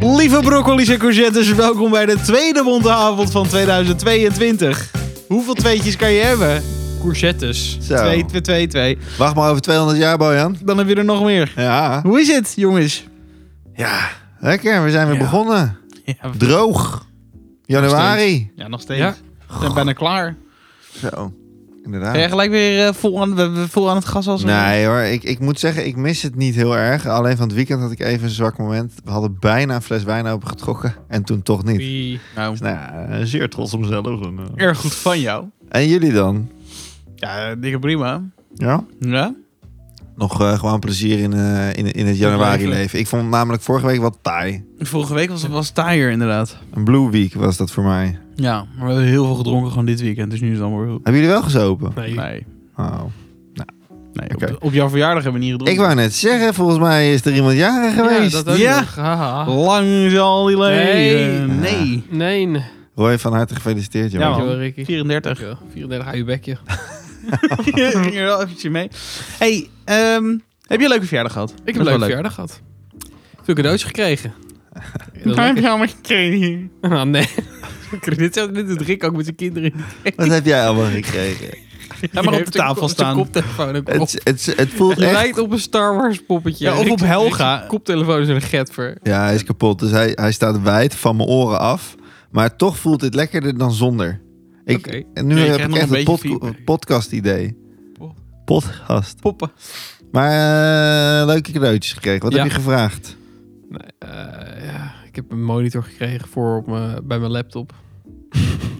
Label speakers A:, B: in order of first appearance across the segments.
A: Lieve broccolis en courgettes, welkom bij de tweede bondavond van 2022. Hoeveel tweetjes kan je hebben?
B: Courgettes.
C: Zo.
A: Twee, twee, twee, twee.
C: Wacht maar over 200 jaar, Bojan.
A: Dan heb je er nog meer.
C: Ja.
A: Hoe is het, jongens?
C: Ja. Lekker, we zijn weer
B: Ja.
C: begonnen.
A: Ja,
C: Droog. Januari.
A: nog steeds.
B: Ja.
A: We zijn bijna klaar.
C: Zo.
A: Ben jij
C: Inderdaad.
A: gelijk weer eh, vol, aan, we- we- vol aan het gas als we-
C: Nee hoor, ik, ik moet zeggen, ik mis het niet heel erg. Alleen van het weekend had ik even een zwak moment. We hadden bijna een fles wijn opengetrokken. En toen toch niet.
B: Wie? Nou,
C: Dus nou ja, eh, zeer trots op mezelf. En, eh.
A: Erg goed van jou.
C: En jullie dan?
A: Ja, dikke prima.
C: Ja?
A: Ja?
C: Nog eh, gewoon plezier in, eh, in, in het januari leven. Ik vond het namelijk vorige week wat taai.
A: Vorige week was het was taaier inderdaad.
C: Een blue week was dat voor mij.
A: Ja, maar we hebben heel veel gedronken gewoon dit weekend. Dus nu is het allemaal weer goed.
C: Hebben jullie wel gezopen?
B: nee.
A: Nee,
C: Oh.
A: nee.
C: Oké.
A: Op, op jouw verjaardag hebben we niet gedronken.
C: Ik wou net zeggen, volgens mij is er iemand jaren geweest.
B: Ja, dat ook
A: Ja.
B: nog. Haha.
A: Lang zal die leven.
B: Nee.
A: nee.
B: Nee. nee.
C: Roy, van harte gefeliciteerd, jongen.
A: Ja, man.
B: Dankjewel, Ricky.
A: 34.
B: Ja, 34 aan je bekje.
A: ging er wel eventjes mee. hey, ehm, heb je een leuke verjaardag gehad?
B: Ik heb een leuke verjaardag gehad. Veel cadeautjes gekregen. Dat
A: Heb
B: lekker.
A: je allemaal gekregen?
B: Ah, nee. Dit, zou- dit doet Rick ook met zijn kinderen.
C: Wat heb jij allemaal gekregen?
A: Hij mag op de tafel
B: Zijn
A: staan.
B: koptelefoon ook op.
C: het, het, het voelt
B: Het
C: echt...
B: lijkt op een Star Wars poppetje.
A: Ja, of
B: Rick-
A: op Helga.
B: Rick's koptelefoon is een getver.
C: Ja, hij is kapot. Dus hij, hij staat wijd van mijn oren af. Maar toch voelt dit lekkerder dan zonder. Ik,
B: Oké.
C: En nu
A: Ja, je krijgt
C: heb ik
A: nog
C: echt
A: een beetje
C: een podca-
A: feedback. Oh.
C: podcast-idee.
B: Po-
C: Podcast.
B: Poppen.
C: Maar eh, leuke cadeautjes gekregen. Wat
B: Ja.
C: heb je gevraagd?
B: Nee, eh, ja, ik heb een monitor gekregen voor op mijn- bij mijn laptop.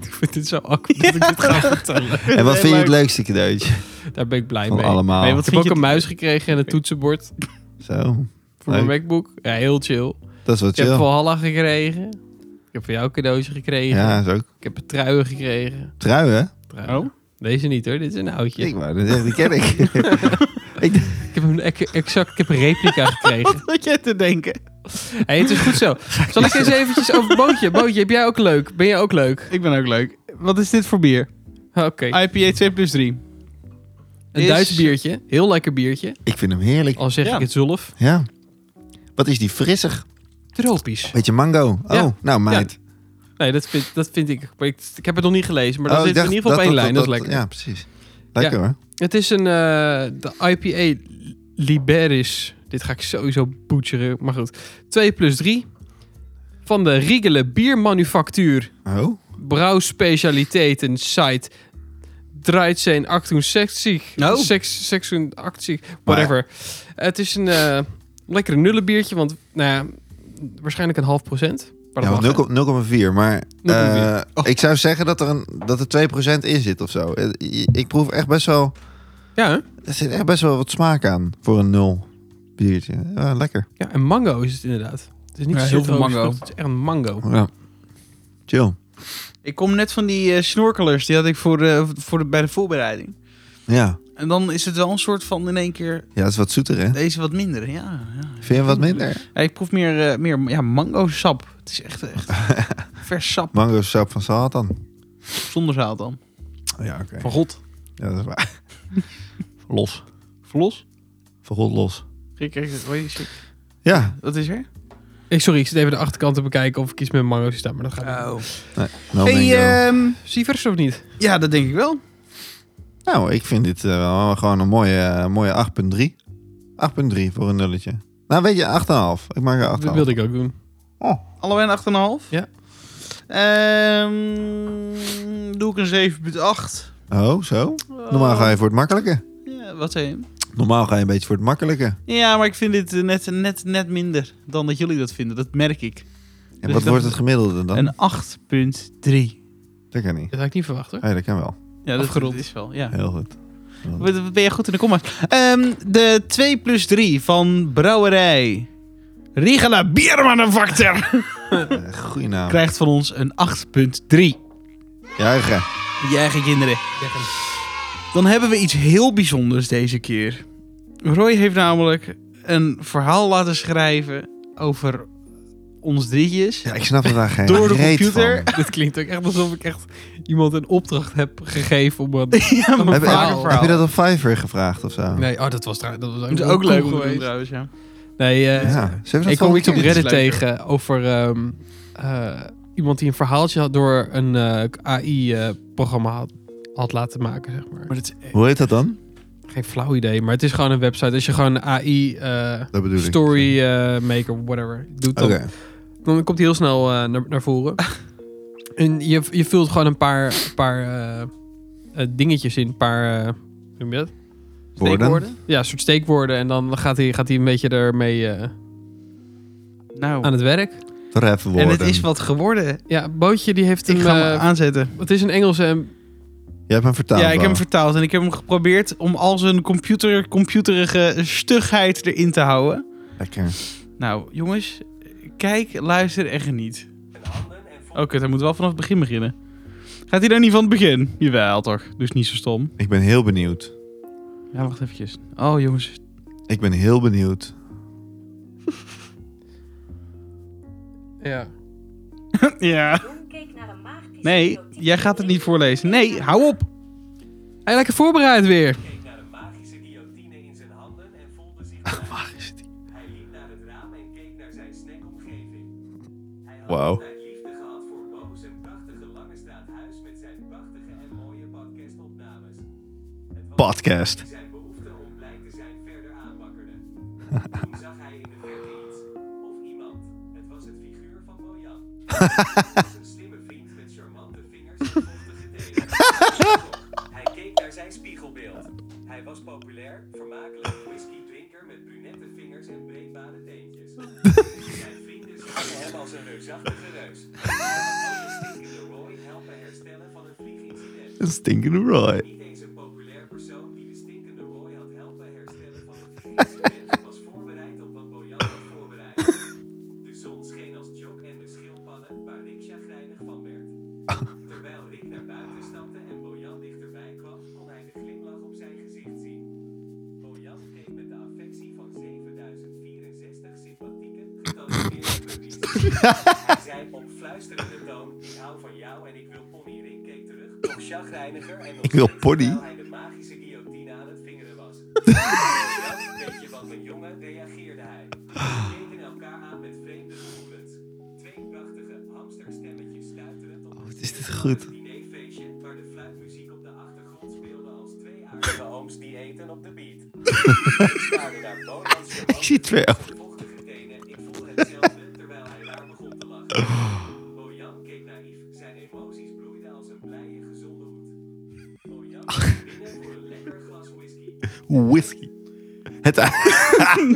B: ik vind dit zo awkward dat ik dit ga vertellen.
C: En
A: Heel
C: wat vind je het
A: leuk.
C: leukste cadeautje
B: Daar ben ik blij
C: van
B: mee.
C: allemaal?
A: Nee,
B: Ik
A: wat
B: heb
A: vind
B: ook
A: je
B: een muis gekregen en een toetsenbord
C: Zo,
B: voor mijn MacBook. Ja, heel chill.
C: dat is wat
B: Ik heb
C: chill.
B: Valhalla gekregen. Ik heb voor jou een cadeautje gekregen.
C: Ja, zo.
B: Ik heb een truien gekregen.
C: Truien?
B: Truien.
A: Oh?
B: Deze niet hoor, dit is een oudje.
C: Ik wou dat zeggen, die ken ik.
B: Ik heb een ex- exact, ik heb een replica gekregen.
A: Wat jij te denken?
B: hey, het is goed zo. Zal ik eens eventjes over Bootje? Bootje, heb jij ook leuk? Ben jij ook leuk?
A: Ik ben ook leuk. Wat is dit voor bier?
B: Oké.
A: IPA 2 plus 3.
B: Een
A: Is-
B: Duits biertje. Heel lekker biertje.
C: ik vind hem heerlijk.
B: Al zeg
A: Ja.
B: ik het zelf.
C: Ja. Wat is die frissig?
B: Tropisch.
C: Beetje mango. Oh,
B: Ja.
C: nou meid.
B: Nee, dat vind, dat vind ik. Maar ik. Ik heb het nog niet gelezen, maar dat
C: Oh,
B: zit
C: ik
B: in
C: dacht
B: ieder geval op één lijn. Dat, is lekker.
C: Ja, precies. Lekker hoor.
B: Het is een eh, de IPA Liberis. Dit ga ik sowieso boetjeren, maar goed. 2 plus 3 van de Riegele Biermanufactuur
C: Oh,
B: Brouwspecialiteiten site. Draait zijn 68,
A: Oh.
B: 86, whatever. Het is een eh, lekkere nullenbiertje, want nou ja, waarschijnlijk een half procent. Maar dat
C: ja,
B: mag, hè?
C: 0,4. Maar
B: 0,4.
C: eh, ik zou zeggen dat er, een, dat er 2% in zit of zo. Eh, je- Ik proef echt best wel...
B: ja, hè?
C: Er zit echt best wel wat smaak aan voor een nul biertje. Ja, lekker.
B: ja, en mango is het inderdaad. Het is niet
A: Ja,
B: zo
A: heel veel
B: citroen,
A: mango.
B: Het is echt een mango.
C: Ja. Chill.
A: Ik kom net van die eh, snorkelers. Die had ik voor, eh, voor de, bij de voorbereiding.
C: Ja.
A: En dan is het wel een soort van in één keer
C: ja, dat is wat zoeter hè?
A: deze wat minder. Ja, ja.
C: Vind je wat minder?
A: Ja, ik proef meer, eh, meer ja, mango-sap. Het is echt, echt vers sap.
C: Mango sap van Satan.
A: Zonder zout dan.
C: Ja, oké.
A: Van God.
C: Ja, dat is waar. los.
A: Verlos.
C: Van God los.
A: Rick, Rick, wat is er?
C: Ja.
A: Wat is er?
B: Ik, Eh, sorry, ik zit even de achterkant te bekijken of ik iets met mango's sta, maar dat
C: Oh.
B: gaat niet.
A: Oh.
C: No mango.
A: Hey, ehm,
B: Sievers of niet?
A: ja, dat denk ik wel.
C: Nou, ik vind dit eh, wel gewoon een mooie, eh, mooie 8.3. 8.3 voor een nulletje. Nou, weet je, 8,5. Ik maak
B: Dat
C: er 8,5.
B: wilde ik ook doen.
C: Oh.
A: Allebei een 8,5.
B: Ja.
A: Ehm, doe ik een 7,8.
C: Oh, zo? Normaal ga je voor het makkelijke.
A: Oh, Ja, wat zei je?
C: Normaal ga je een beetje voor het makkelijke.
A: Ja, maar ik vind dit eh, net, net, net minder dan dat jullie dat vinden. Dat merk ik.
C: En
A: Dus
C: wat
A: dat-
C: wordt het gemiddelde dan?
A: Een 8,3.
C: Dat kan niet.
B: Dat had ik niet verwacht hoor.
C: Nee, dat kan wel.
A: Ja, dat,
B: Afgerond.
A: dat is wel, ja.
C: Heel goed.
A: Wat- wat Ben je goed in de komma's? Ehm, de 2 plus 3 van brouwerij Rigela Biermanufactuur
C: Eh, Goeie naam.
A: krijgt van ons een 8.3.
C: Juichen.
A: Je eigen kinderen. Dan hebben we iets heel bijzonders deze keer. Roy heeft namelijk een verhaal laten schrijven over ons drietjes.
C: Ja, ik snap het daar geen
A: Door de
C: reet
A: computer.
C: van.
B: Dit klinkt ook echt alsof ik echt iemand een opdracht heb gegeven om een, om een
C: Heb,
A: Vaker
C: heb,
B: verhaal.
C: heb je dat op Fiverr gevraagd of zo?
B: Nee, oh, dat was, trouw- dat was
A: Dat
B: ook,
A: is ook leuk om te doen
B: geweest.
A: trouwens, ja.
B: Nee,
C: ja,
B: eh,
C: ze hebben dat
B: ik
C: wel
B: kwam iets op
C: verkeerd.
B: Reddit
A: is leuker.
B: tegen over ehm, eh, iemand die een verhaaltje had door een eh, AI-programma had, had laten maken, zeg maar.
A: Maar dat is,
C: Hoe heet dat dan?
B: Geen flauw idee, maar het is gewoon een website. Als je gewoon een AI eh,
C: Dat bedoel ik.
B: story eh, maker, whatever, doet,
C: Oké.
B: dan, dan komt die heel snel eh, naar, naar voren. en je, je vult gewoon een paar, paar eh, eh, dingetjes in, een paar... eh, hoe noem je dat?
C: Woorden.
B: Ja, een soort steekwoorden. En dan gaat hij gaat hij een beetje ermee eh,
A: nou,
B: aan het werk.
C: Treffen
A: en
C: woorden.
A: het is wat geworden.
B: Ja, Bootje die heeft
A: Ik
B: een...
A: ga hem
B: eh,
A: aanzetten.
B: het is een Engelse... eh, en-
C: Je hebt hem vertaald.
A: Ja, ik heb hem
C: wel.
A: vertaald en ik heb hem geprobeerd om al zijn computer, computerige stugheid erin te houden.
C: Lekker.
A: Nou, jongens, kijk, luister en geniet. Oh, kut, hij moet wel vanaf het begin beginnen. Gaat hij dan niet van het begin? Jawel, toch? Dus niet zo stom.
C: Ik ben heel benieuwd.
A: Ja, wacht eventjes. Oh, jongens.
C: Ik ben heel benieuwd.
B: Ja.
A: ja. Nee, jij gaat het niet voorlezen. Nee, hou op.
B: Hij lekker voorbereid weer.
D: keek naar een magische guillotine in zijn handen en voelde zich vrij. Hij liep naar het raam en keek naar zijn snekomgeving. Hij had
C: Wauw.
D: altijd liefde gehad voor Bo's en prachtige Lange Straat Huis met zijn prachtige en mooie podcastopnames. Het was
C: Podcast.
D: die zijn behoefte om blij te zijn verder aanwakkerde. Toen zag hij in de verte iets, of iemand. Het was het figuur van Bojan. Het was een slimme vriend met charmante vingers en vochtige tenen. Hij keek naar zijn spiegelbeeld. Hij was populair, vermakelijk whisky-drinker met brunette vingers en breekbare teentjes. Zijn vrienden zagen hem als een reusachtige reus. Hij kon de stinkende Roy helpen herstellen van een vliegincident.
C: Een stinkende Roy.
D: Niet eens een populair persoon die de stinkende Roy had helpen herstellen van het incident was voorbereid op wat Bojan had voorbereid. De zon scheen als jok en de schildpadden waar Rick chagrijnig van werd. Terwijl Rick naar buiten stapte en Bojan dichterbij kwam, kon hij de glimlach op zijn gezicht zien. Bojan keek met de affectie van 7064 sympathieke, getalenteerde publiek. Hij zei op fluisterende toon: Ik hou van jou en ik wil Pony. Rick keek terug, nog chagrijniger en nog
C: Ik wil
D: steeds
C: Pony?
D: terwijl hij de magische guillotine aan het vingeren was. Weet je wat, mijn jongen, reageerde hij. Ze keken elkaar aan met vreemde gevoelens. Twee prachtige hamsterstemmetjes stuiterend op
C: Wat is dit Oh, goed?
D: een dinerfeestje waar de fluitmuziek op de achtergrond speelde als twee aardige ooms die eten op de beat. Ik staarde naar Bonans
C: Ik zie twee ogen.
D: vochtige tenen. Ik voelde hetzelfde terwijl hij raar begon te lachen. Bojan keek naïef. Zijn emoties bloeiden als een blije, gezonde hoed. Bojan ging binnen voor een lekker glas whisky.
C: Whisky. Het...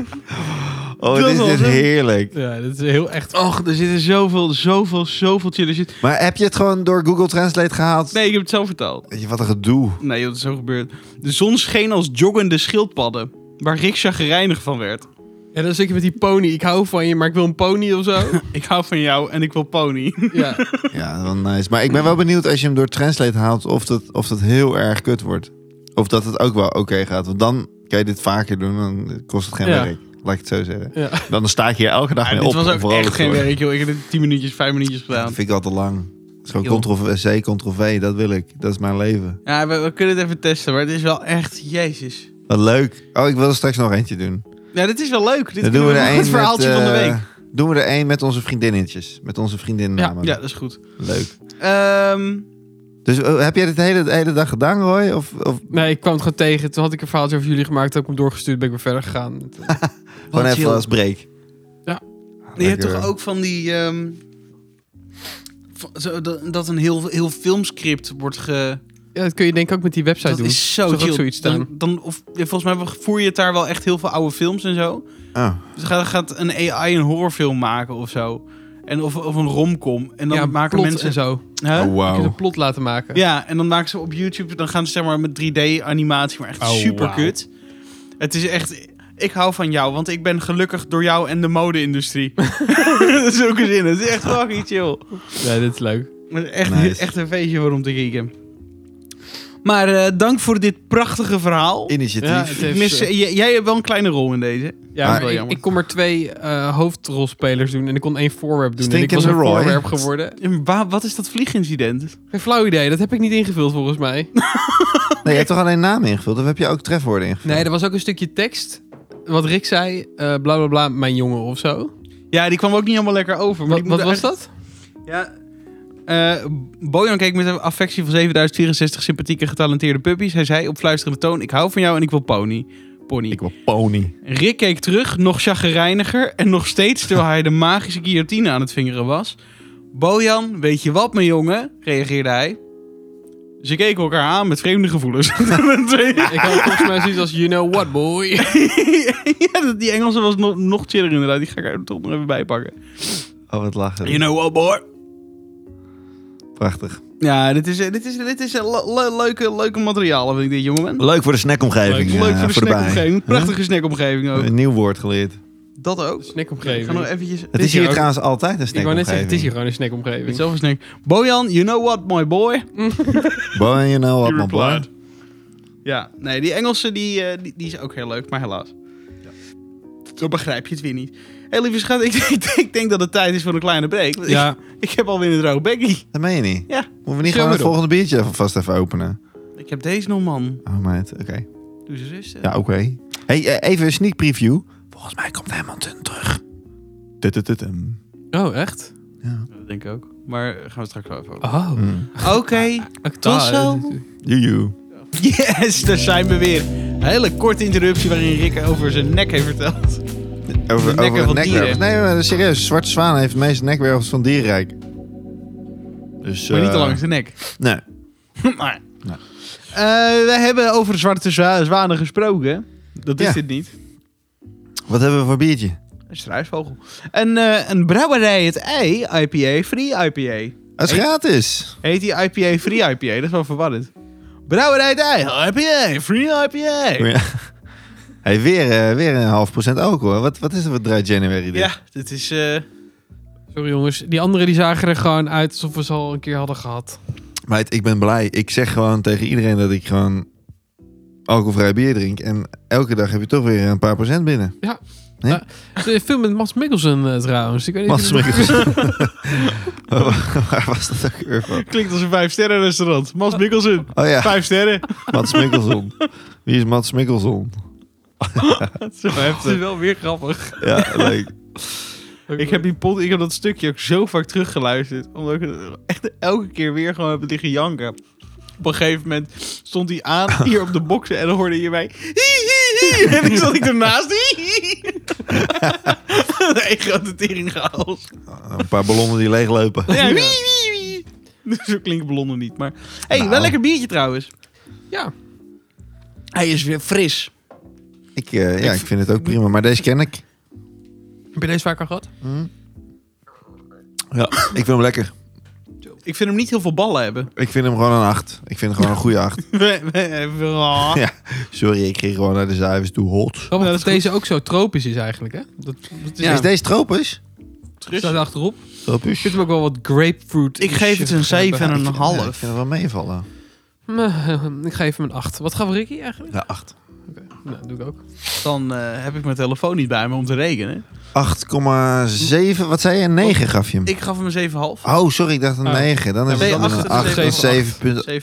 C: oh, dit is,
A: was
C: dit is
A: hem.
C: heerlijk.
B: Ja, dat is heel echt.
A: Och, er zitten zoveel, zoveel, zoveel chillen. shit.
C: Maar heb je het gewoon door Google Translate gehaald?
A: Nee, ik heb het zelf vertaald.
C: Weet je, wat een gedoe.
A: Nee, joh, dat is zo gebeurd. De zon scheen als joggende schildpadden. Waar Rick chagrijnig van werd.
B: Ja, dan zit je met die pony. Ik hou van je, maar ik wil een pony of zo.
A: Ik hou van jou en ik wil pony.
B: ja.
C: Ja, wel nice. Maar ik ben wel benieuwd als je hem door Translate haalt of dat, of dat heel erg kut wordt. Of dat het ook wel oké gaat. Want dan kan je dit vaker doen, dan kost het geen
B: Ja.
C: werk. Laat ik het zo zeggen.
B: ja.
C: Dan sta ik hier elke dag
A: Ja,
C: mee
A: dit
C: op.
A: was
C: om
A: ook
C: vrolijk
A: echt
C: te
A: geen
C: worden.
A: werk, joh. Ik heb dit 10 minuutjes, 5 minuutjes
C: Dat
A: gedaan.
C: vind ik al te lang. Het is
A: Joh.
C: gewoon Ctrl-C, Ctrl-V, dat wil ik. Dat is mijn leven.
A: Ja, we, we kunnen het even testen, maar het is wel echt... Jezus.
C: Wat leuk. Oh, ik wil er straks nog eentje doen.
A: Ja, dit is wel leuk. Dit
C: Dan doen we er
A: een goed
C: één met,
A: verhaaltje van de
C: eh,
A: week.
C: Doen we er één met onze vriendinnetjes. Met onze vriendinnennamen.
A: Ja, dat is goed.
C: Leuk.
A: Ehm,
C: Dus eh, heb jij dit de hele, de hele dag gedaan, Roy? Of, of
B: Nee, ik kwam het gewoon tegen. Toen had ik een verhaaltje over jullie gemaakt. Heb ik hem doorgestuurd. Ben ik weer verder gegaan.
C: gewoon even
A: chill.
C: als break? Ah,
B: Ja.
A: je hebt
C: Lekker. eh,
A: toch ook van die... ehm, van- zo, dat, dat een heel, heel filmscript wordt ge...
B: Ja, dat kun je denk ik ook met die website
A: Dat
B: doen.
A: is zo
B: Zag ook
A: chill.
B: zoiets
A: dan,
B: staan.
A: dan, of, ja, volgens mij voer je het daar wel echt heel veel oude films en zo.
C: Oh.
A: Dus gaat, gaat een AI een horrorfilm maken of zo. En of, of een romcom. En dan
B: ja,
A: maken
B: plot
A: mensen...
B: en zo.
A: Huh?
C: Oh,
B: Kun je
C: wauw.
B: een plot laten maken.
A: Ja, en dan maken ze op YouTube, dan gaan ze zeg maar met 3D-animatie, maar echt
B: Oh,
A: super
B: wauw.
A: kut. Het is echt, ik hou van jou, want ik ben gelukkig door jou en de mode-industrie. dat is ook een zin, het is echt fucking chill.
B: Ja, dit is leuk.
A: Maar echt,
C: Nice.
A: echt een feestje voor om te kijken. Maar eh, dank voor dit prachtige verhaal.
C: Initiatief.
B: Ja, het heeft-
A: Miss, eh, j- jij hebt wel een kleine rol in deze.
B: Ja,
A: Maar-
B: maar ik, ik kon maar twee eh, hoofdrolspelers doen. En ik kon één voorwerp doen. en ik was
C: Stinkende
B: een
C: Roy.
B: voorwerp geworden.
A: En wa- wat is dat vliegincident?
B: Geen flauw idee. Dat heb ik niet ingevuld volgens mij.
C: Nee, je hebt toch alleen namen ingevuld? Of heb je ook trefwoorden ingevuld?
B: Nee, er was ook een stukje tekst. wat Rick zei, eh, bla bla bla, mijn jongen of zo.
A: Ja, die kwam ook niet helemaal lekker over. Maar
B: Wat,
A: die
B: wat
A: moet
B: was
A: echt-
B: dat?
A: Ja. eh, Bojan keek met een affectie van 7064 sympathieke getalenteerde puppies. Hij zei op fluisterende toon: Ik hou van jou en ik wil pony. Pony.
C: Ik wil pony.
A: Rick keek terug, nog chagrijniger en nog steeds terwijl hij de magische guillotine aan het vingeren was. Bojan, weet je wat, mijn jongen? reageerde hij. Ze keken elkaar aan met vreemde gevoelens.
B: Ik had volgens mij zoiets als You Know What Boy.
A: ja, dat- die Engelse was nog, nog chiller inderdaad. Die ga ik er toch nog even bij pakken.
C: Oh, wat lachen.
A: You know what, boy?
C: Prachtig.
A: Ja, dit is, eh, dit is, dit is eh, le- le- leuke, leuke materialen, vind ik dit, jongen.
C: Leuk voor de
A: Leuk,
C: snackomgeving.
A: leuk
C: eh,
A: voor de
C: erbij.
A: snackomgeving. Prachtige snackomgeving
C: Huh?
A: ook.
C: Een nieuw woord geleerd.
A: Dat ook. Ik ga nog
B: Snackomgeving.
A: eventjes...
C: Het
B: is
C: is hier
B: hier ook-
C: trouwens altijd een
B: Ik wou net zeggen, het is hier
C: snackomgeving.
B: gewoon een
A: Dit is
B: snackomgeving.
A: zelf een snack. Bojan, you know what, my boy?
C: Boy, you know what,
A: You
C: my boy.
A: replied. Ja, nee, die Engelse die, eh, die, die is ook heel leuk, maar helaas. Zo begrijp je het weer niet. Hé, hey, lieve schat, ik, ik, ik denk dat het tijd is voor een kleine break. Want
B: Ja.
A: Ik, ik heb alweer een droog bekkie.
C: Dat meen je niet.
A: Ja.
C: Moeten we niet gewoon
B: Zo
C: het
B: maar door.
C: volgende biertje vast even openen?
A: Ik heb deze nog, man.
C: Oh meid, oké.
A: Doe ze rustig.
C: Ja, oké. Hey, eh, even een sneak preview. Volgens mij komt helemaal ten terug. Tutututum.
B: Oh, echt?
C: Ja.
A: Dat denk ik ook. Maar gaan we straks wel even over. Ah,
B: Oh.
C: Mm.
A: Oké. Tot
B: Ah,
A: zo.
C: Joejoe.
A: Yes, daar zijn we weer. Een hele korte interruptie waarin Rick over zijn nek heeft verteld.
C: Over,
A: nekken
C: over
A: van
C: het nekwervels.
A: dieren.
C: Nee, maar serieus. Zwarte zwaan heeft de meeste nekwervels van dierenrijk. Dus,
A: Maar niet te
C: eh,
A: lang zijn nek.
C: Nee.
A: maar.
C: Nee.
A: Eh, we hebben over de zwarte zwa- zwanen gesproken. Dat is
C: Ja.
A: dit niet.
C: Wat hebben we voor biertje?
A: Een struisvogel. Een, eh een brouwerij het ei, IPA, free IPA.
C: Het is
A: Hey.
C: gratis.
A: Heet die IPA free IPA? Dat is wel verwarrend. Brouwerij het ei, IPA, free IPA.
C: Ja. Hey, weer, eh, weer een half procent alcohol. Wat, wat is er wat Dry January dit?
A: Ja, dit is... eh,
B: Sorry jongens, die anderen die zagen er gewoon uit alsof we ze al een keer hadden gehad.
C: Meid, ik ben blij. Ik zeg gewoon tegen iedereen dat ik gewoon alcoholvrij bier drink. En elke dag heb je toch weer een paar procent binnen.
B: Er is Een eh, film met Mats Mikkelsen eh, trouwens. Ik weet niet
C: Mats
B: of je-
C: Mikkelsen. Waar waar was dat ook weer van?
A: klinkt als een vijf sterren restaurant. Mas Mikkelsen,
C: Oh ja,
A: vijf sterren.
C: Mats Mikkelsen. Wie is Mats Mikkelsen?
A: Dat is wel
B: Het is
A: heftig.
B: wel weer grappig.
C: Ja, leuk.
A: Ik heb, die pod, ik heb dat stukje ook zo vaak teruggeluisterd. Omdat ik het echt elke keer weer gewoon heb liggen janken. Op een gegeven moment stond hij aan hier op de boksen en dan hoorde je mij. "Hie, hie, hie." En ik zat ik ernaast. "Hie, hie, hie." Een grote teringchaos.
C: Een paar ballonnen die leeglopen.
A: Ja, wie, wie, wie. Zo klinkt ballonnen niet. Maar hey, wel
C: Nou.
A: lekker biertje trouwens.
B: Ja.
A: Hij is weer fris.
C: Ik, eh, ja, ik vind het ook prima. Maar deze ken ik.
B: Heb je deze vaker gehad?
C: Ja. Ik vind hem lekker.
A: Ik vind hem niet heel veel ballen hebben.
C: Ik vind hem gewoon een 8. Ik vind hem gewoon een goede 8. Ja. Sorry, ik ging gewoon naar de cijfers toe. Hot.
B: Grappig
A: Ja,
B: dat,
A: dat is
B: deze ook zo tropisch is eigenlijk, hè? Dat, dat is
A: Ja.
C: Is deze tropisch?
B: staat achterop. Ik
C: Tropisch.
B: vind hem ook wel wat grapefruit.
A: Ik geef het een zeven en een
C: Ja, ik
A: half.
C: vind het wel meevallen.
B: Mm, Ik geef hem een 8. Wat gaf Ricky eigenlijk?
C: Ja, 8.
B: Nou, doe ik ook.
A: Dan eh, heb ik mijn telefoon niet bij me om te rekenen.
C: 8,7. Wat zei je? Een 9 gaf je hem.
A: Oh. Ik gaf hem een 7,5.
C: Oh, sorry, ik dacht een
B: Oh.
C: 9. Dan is
A: Nee,
C: het dan
A: acht,
C: een
A: het
C: 8
A: is
C: en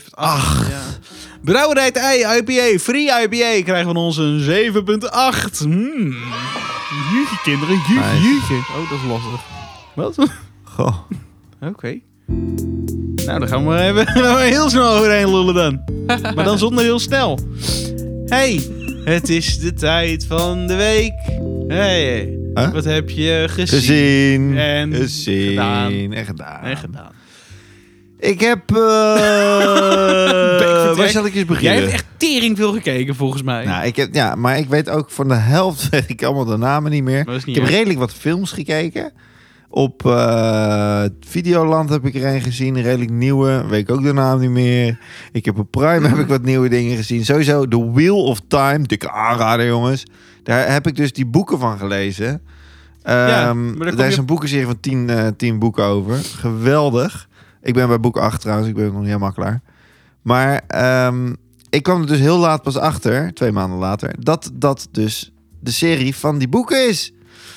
C: 7,8.
A: 7,8. Ja. Brouwerij het Ei, IPA, free IPA, krijgen van ons een 7,8. Mm. Juutje, kinderen, juutje,
C: Nice.
A: juutje.
B: Oh, dat is lastig.
A: Wat? Oké.
C: Goh.
A: Nou, dan gaan we maar even gaan we heel snel overheen lullen dan. Maar dan zonder heel snel. Hey, het is de tijd van de week. Hey,
C: Huh?
A: wat heb je gezien,
C: Gezien.
A: En
C: gezien.
A: gedaan.
C: En gedaan.
A: en gedaan?
C: Ik heb... eh,
A: vertrek.
C: waar zal ik eens beginnen?
A: Jij hebt echt tering veel gekeken volgens mij.
C: Nou, ik heb, ja, maar ik weet ook van de helft weet ik allemaal de namen niet
A: Maar
C: meer.
A: dat is
C: Ik
A: niet
C: heb
A: erg.
C: redelijk wat films gekeken. Op eh, Videoland heb ik er een gezien, een redelijk nieuwe. Weet ik ook de naam niet meer. Ik heb op Prime heb ik wat nieuwe dingen gezien. Sowieso The Wheel of Time, dikke aanrader jongens. Daar heb ik dus die boeken van gelezen.
A: daar
C: Ehm,
A: kom
C: daar
A: je
C: is
A: op-
C: een boekenserie van 10 eh, 10 boeken over. Geweldig. Ik ben bij boek 8 trouwens, ik ben nog niet helemaal klaar. Maar ehm, ik kwam er dus heel laat pas achter, twee maanden later, dat dat dus de serie van die boeken is.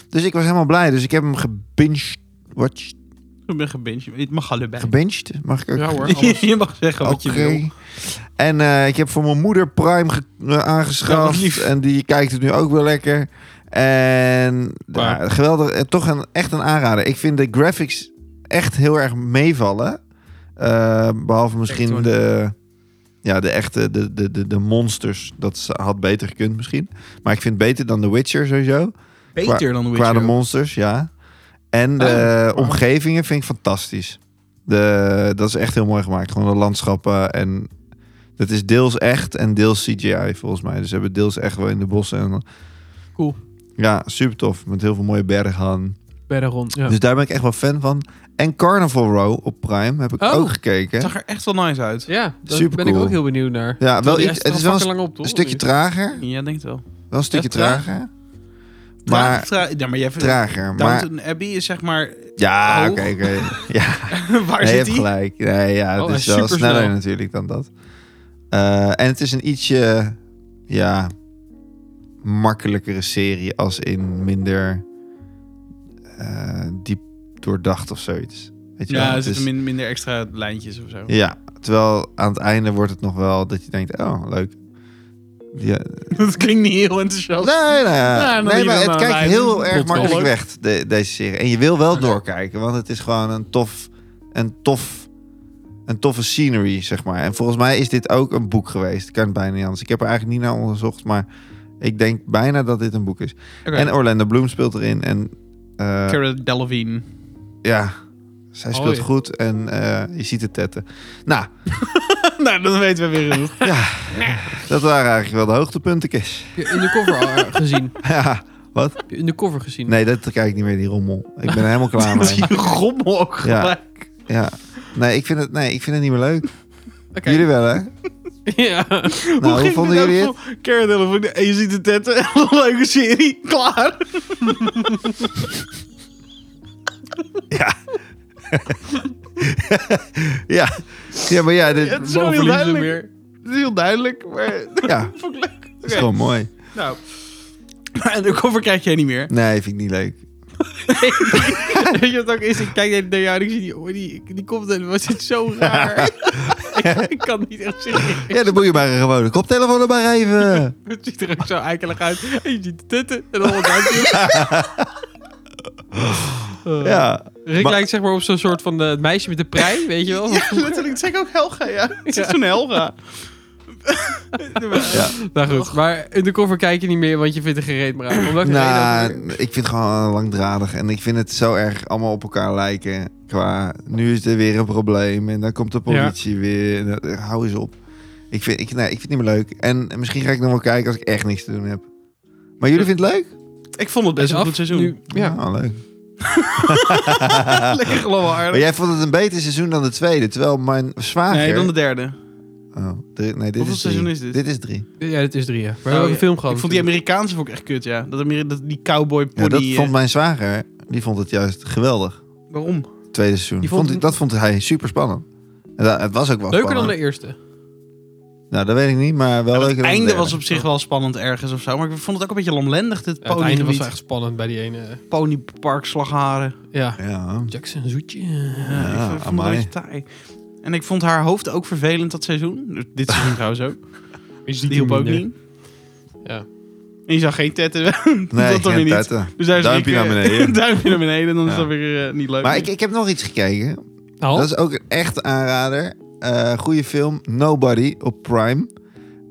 C: Dus ik was helemaal blij. Dus ik heb hem gebinged watched
A: Ik ben gebinged. Het mag allebei.
C: Gebinged, mag ik ook
B: Ja hoor,
A: Je,
B: alles.
A: mag zeggen wat
C: Oké.
A: je wil.
C: En eh, ik heb voor mijn moeder Prime ge- eh,
A: Ja, wat
C: aangeschaft.
A: lief.
C: en die kijkt het nu ook wel lekker. En
A: Maar-
C: ja, geweldig. En toch een, echt een aanrader. Ik vind de graphics echt heel erg meevallen. Eh, behalve misschien
B: hoor.
C: de, ja, de echte, de, de, de, de monsters. Dat ze- had beter gekund misschien. Maar ik vind het beter dan The Witcher sowieso.
A: Beter dan de
C: Qua
A: Witcher.
C: de monsters, ja. En de omgevingen vind ik fantastisch. De, dat is echt heel mooi gemaakt. Gewoon de landschappen en... Dat is deels echt en deels CGI volgens mij. Dus ze hebben deels echt wel in de bossen. En,
B: Cool.
C: Ja, super tof. Met heel veel mooie bergen aan.
B: Bij de rond. Ja.
C: Dus daar ben ik echt wel fan van. En Carnival Row op Prime heb ik
B: Oh.
C: ook
A: Het
C: gekeken.
A: zag er echt wel nice uit.
B: ja, daar
C: Supercool.
B: ben ik ook heel benieuwd naar.
C: Ja, wel,
B: Die
C: iets-
B: staat
C: het is wel een,
B: fucking lang op, toch?
C: een stukje trager.
A: Ja, denk het wel.
C: Wel een stukje
A: Ja, traag.
C: trager.
A: Maar,
C: Maar
A: ja, maar jij vindt
C: trager. Maar,
A: Downton Abbey is zeg maar...
C: ja,
A: Oh.
C: oké, oké. Ja.
A: waar
C: nee, je
A: zit
C: hebt
A: die?
C: gelijk. Nee, ja,
B: Oh,
C: het
B: hij
C: is wel
B: is supersnel.
C: sneller natuurlijk dan dat. Eh, en het is een ietsje ja, makkelijkere serie als in minder eh, diep doordacht of zoiets. Weet je wel?
A: Ja, er
C: Het
A: zitten
C: is-
A: min- minder extra lijntjes of zo.
C: dus- ja, terwijl aan het einde wordt het nog wel dat je denkt, oh, leuk. Ja,
A: Dat klinkt niet heel enthousiast.
C: Nee, nee,
A: Nou, dan
C: nee
A: liever
C: maar het
A: maar
C: kijkt
A: bij
C: heel
A: de
C: erg makkelijk
A: controle.
C: weg, de- deze serie. En je wil wel doorkijken, want het is gewoon een tof, een tof, een toffe scenery, zeg maar. En volgens mij is dit ook een boek geweest. Ik kan het bijna niet anders. Ik heb er eigenlijk niet naar onderzocht, maar ik denk bijna dat dit een boek is.
A: Oké.
C: En Orlando Bloom speelt erin en eh,
A: Cara Delevingne.
C: ja, zij
B: Oh,
C: speelt
B: ja.
C: goed en eh, je ziet het tetten. Nou,
A: nou, dan weten we weer genoeg.
C: dat waren eigenlijk wel de hoogtepunten, Kees.
B: Heb je Undercover eh, gezien?
C: ja, wat?
B: Heb je Undercover gezien?
C: Nee, dat kijk ik niet meer, die rommel. Ik ben er helemaal klaar mee.
A: Die rommel ook
C: Ja. Nou,
A: gelijk.
C: Ja. Nee, ik vind het, nee, ik vind het niet meer leuk.
B: Oké.
C: Jullie wel, hè?
B: Ja.
C: Nou, hoe,
A: ging
C: vonden
A: dit
C: jullie het?
A: ook voor- Cara Delevingne, en je ziet de tetten. Leuke serie. Klaar.
C: Ja. ja. Ja, maar ja, dit
A: Ja, het is wel
B: Boven
A: heel
B: liefde
A: duidelijk.
B: meer.
A: Het is heel duidelijk, maar...
C: ja,
A: Vond ik leuk.
C: is gewoon mooi.
A: Nou. En de cover kijk jij niet meer.
C: Nee, vind ik niet leuk.
B: Weet je wat ook is? Ik kijk naar jou en ik zie die, die, die koptelefoon. Het zit zo raar. ik, ik kan niet echt serieus.
C: Ja, dan moet je maar een gewone koptelefoon er maar even.
B: Het ziet er ook zo eikelig uit. En je ziet de titten en dan duimpje.
C: Ja.
B: Eh, Rick
C: Maar-
B: lijkt zeg maar op zo'n soort van eh, het meisje met de prei, weet je wel?
A: Ja, letterlijk. Dat zei ik ook Helga, ja. Het is zo'n Helga.
C: ja.
B: Nou goed, maar undercover kijk je niet meer, want je vindt er geen reet meer aan. Om welke
C: Nou,
B: reden ook
C: ik vind het gewoon langdradig. En ik vind het zo erg allemaal op elkaar lijken. Qua, nu is er weer een probleem. En dan komt de politie weer. En dat- Hou eens op. Ik vind, ik, nee, ik vind het niet meer leuk. En misschien ga ik nog wel kijken als ik echt niks te doen heb. Maar jullie vinden het leuk?
A: Ik vond het
B: weer.
A: best een
B: Af,
A: goed seizoen.
B: nu- Ah. ja.
C: Ah, leuk.
A: Lekker geloofwaardig.
C: Maar jij vond het een beter seizoen dan de tweede, terwijl mijn zwager...
A: Nee, dan de derde.
C: Oh, drie- nee, dit
A: Hoeveel
C: is
A: seizoen
C: drie.
A: is dit?
C: Dit is drie.
B: ja, dit is drie, ja. We hebben
A: Oh,
B: ook een
A: ja.
B: film gehad.
A: Ik vond die Amerikaanse vond ik echt kut, ja. Dat, Ameri- dat die cowboy pony...
C: Ja, dat
A: eh,
C: vond mijn zwager, die vond het juist geweldig.
A: Waarom?
C: Tweede seizoen.
B: Die
C: Vond...
B: vond-
C: hij- dat vond hij super spannend. het was ook wel
B: Leuker dan
C: spannend.
B: de eerste.
C: Nou, dat weet ik niet, maar wel
A: Ja,
C: leuker
A: het
C: dan de
A: einde
C: derde.
A: was op zich wel spannend ergens of zo. Maar ik vond het ook een beetje lamlendig, dit
B: Ja, het einde was
A: ponygebied.
B: echt spannend bij die ene. eh,
A: Ponypark slagharen.
B: Ja.
C: Ja,
B: Jackson Zoetje.
A: Ja, ik vond- ik vond het
C: amai.
A: een beetje taai. En ik vond haar hoofd ook vervelend dat seizoen. Dit seizoen trouwens ook.
B: Is
A: Die hielp ook niet.
B: Ja.
A: En je zag geen tetten.
C: nee,
A: dat toch weer
C: geen
A: niet.
C: tetten.
A: Dus daar is
C: Duimpje
A: Rick, eh,
C: naar beneden.
A: duimpje naar beneden, dan is
C: Ja.
A: dat weer eh, niet leuk.
C: Maar ik, ik heb nog iets gekeken.
B: Nou,
C: Dat is ook een echt aanrader. Eh goede film, Nobody, op Prime.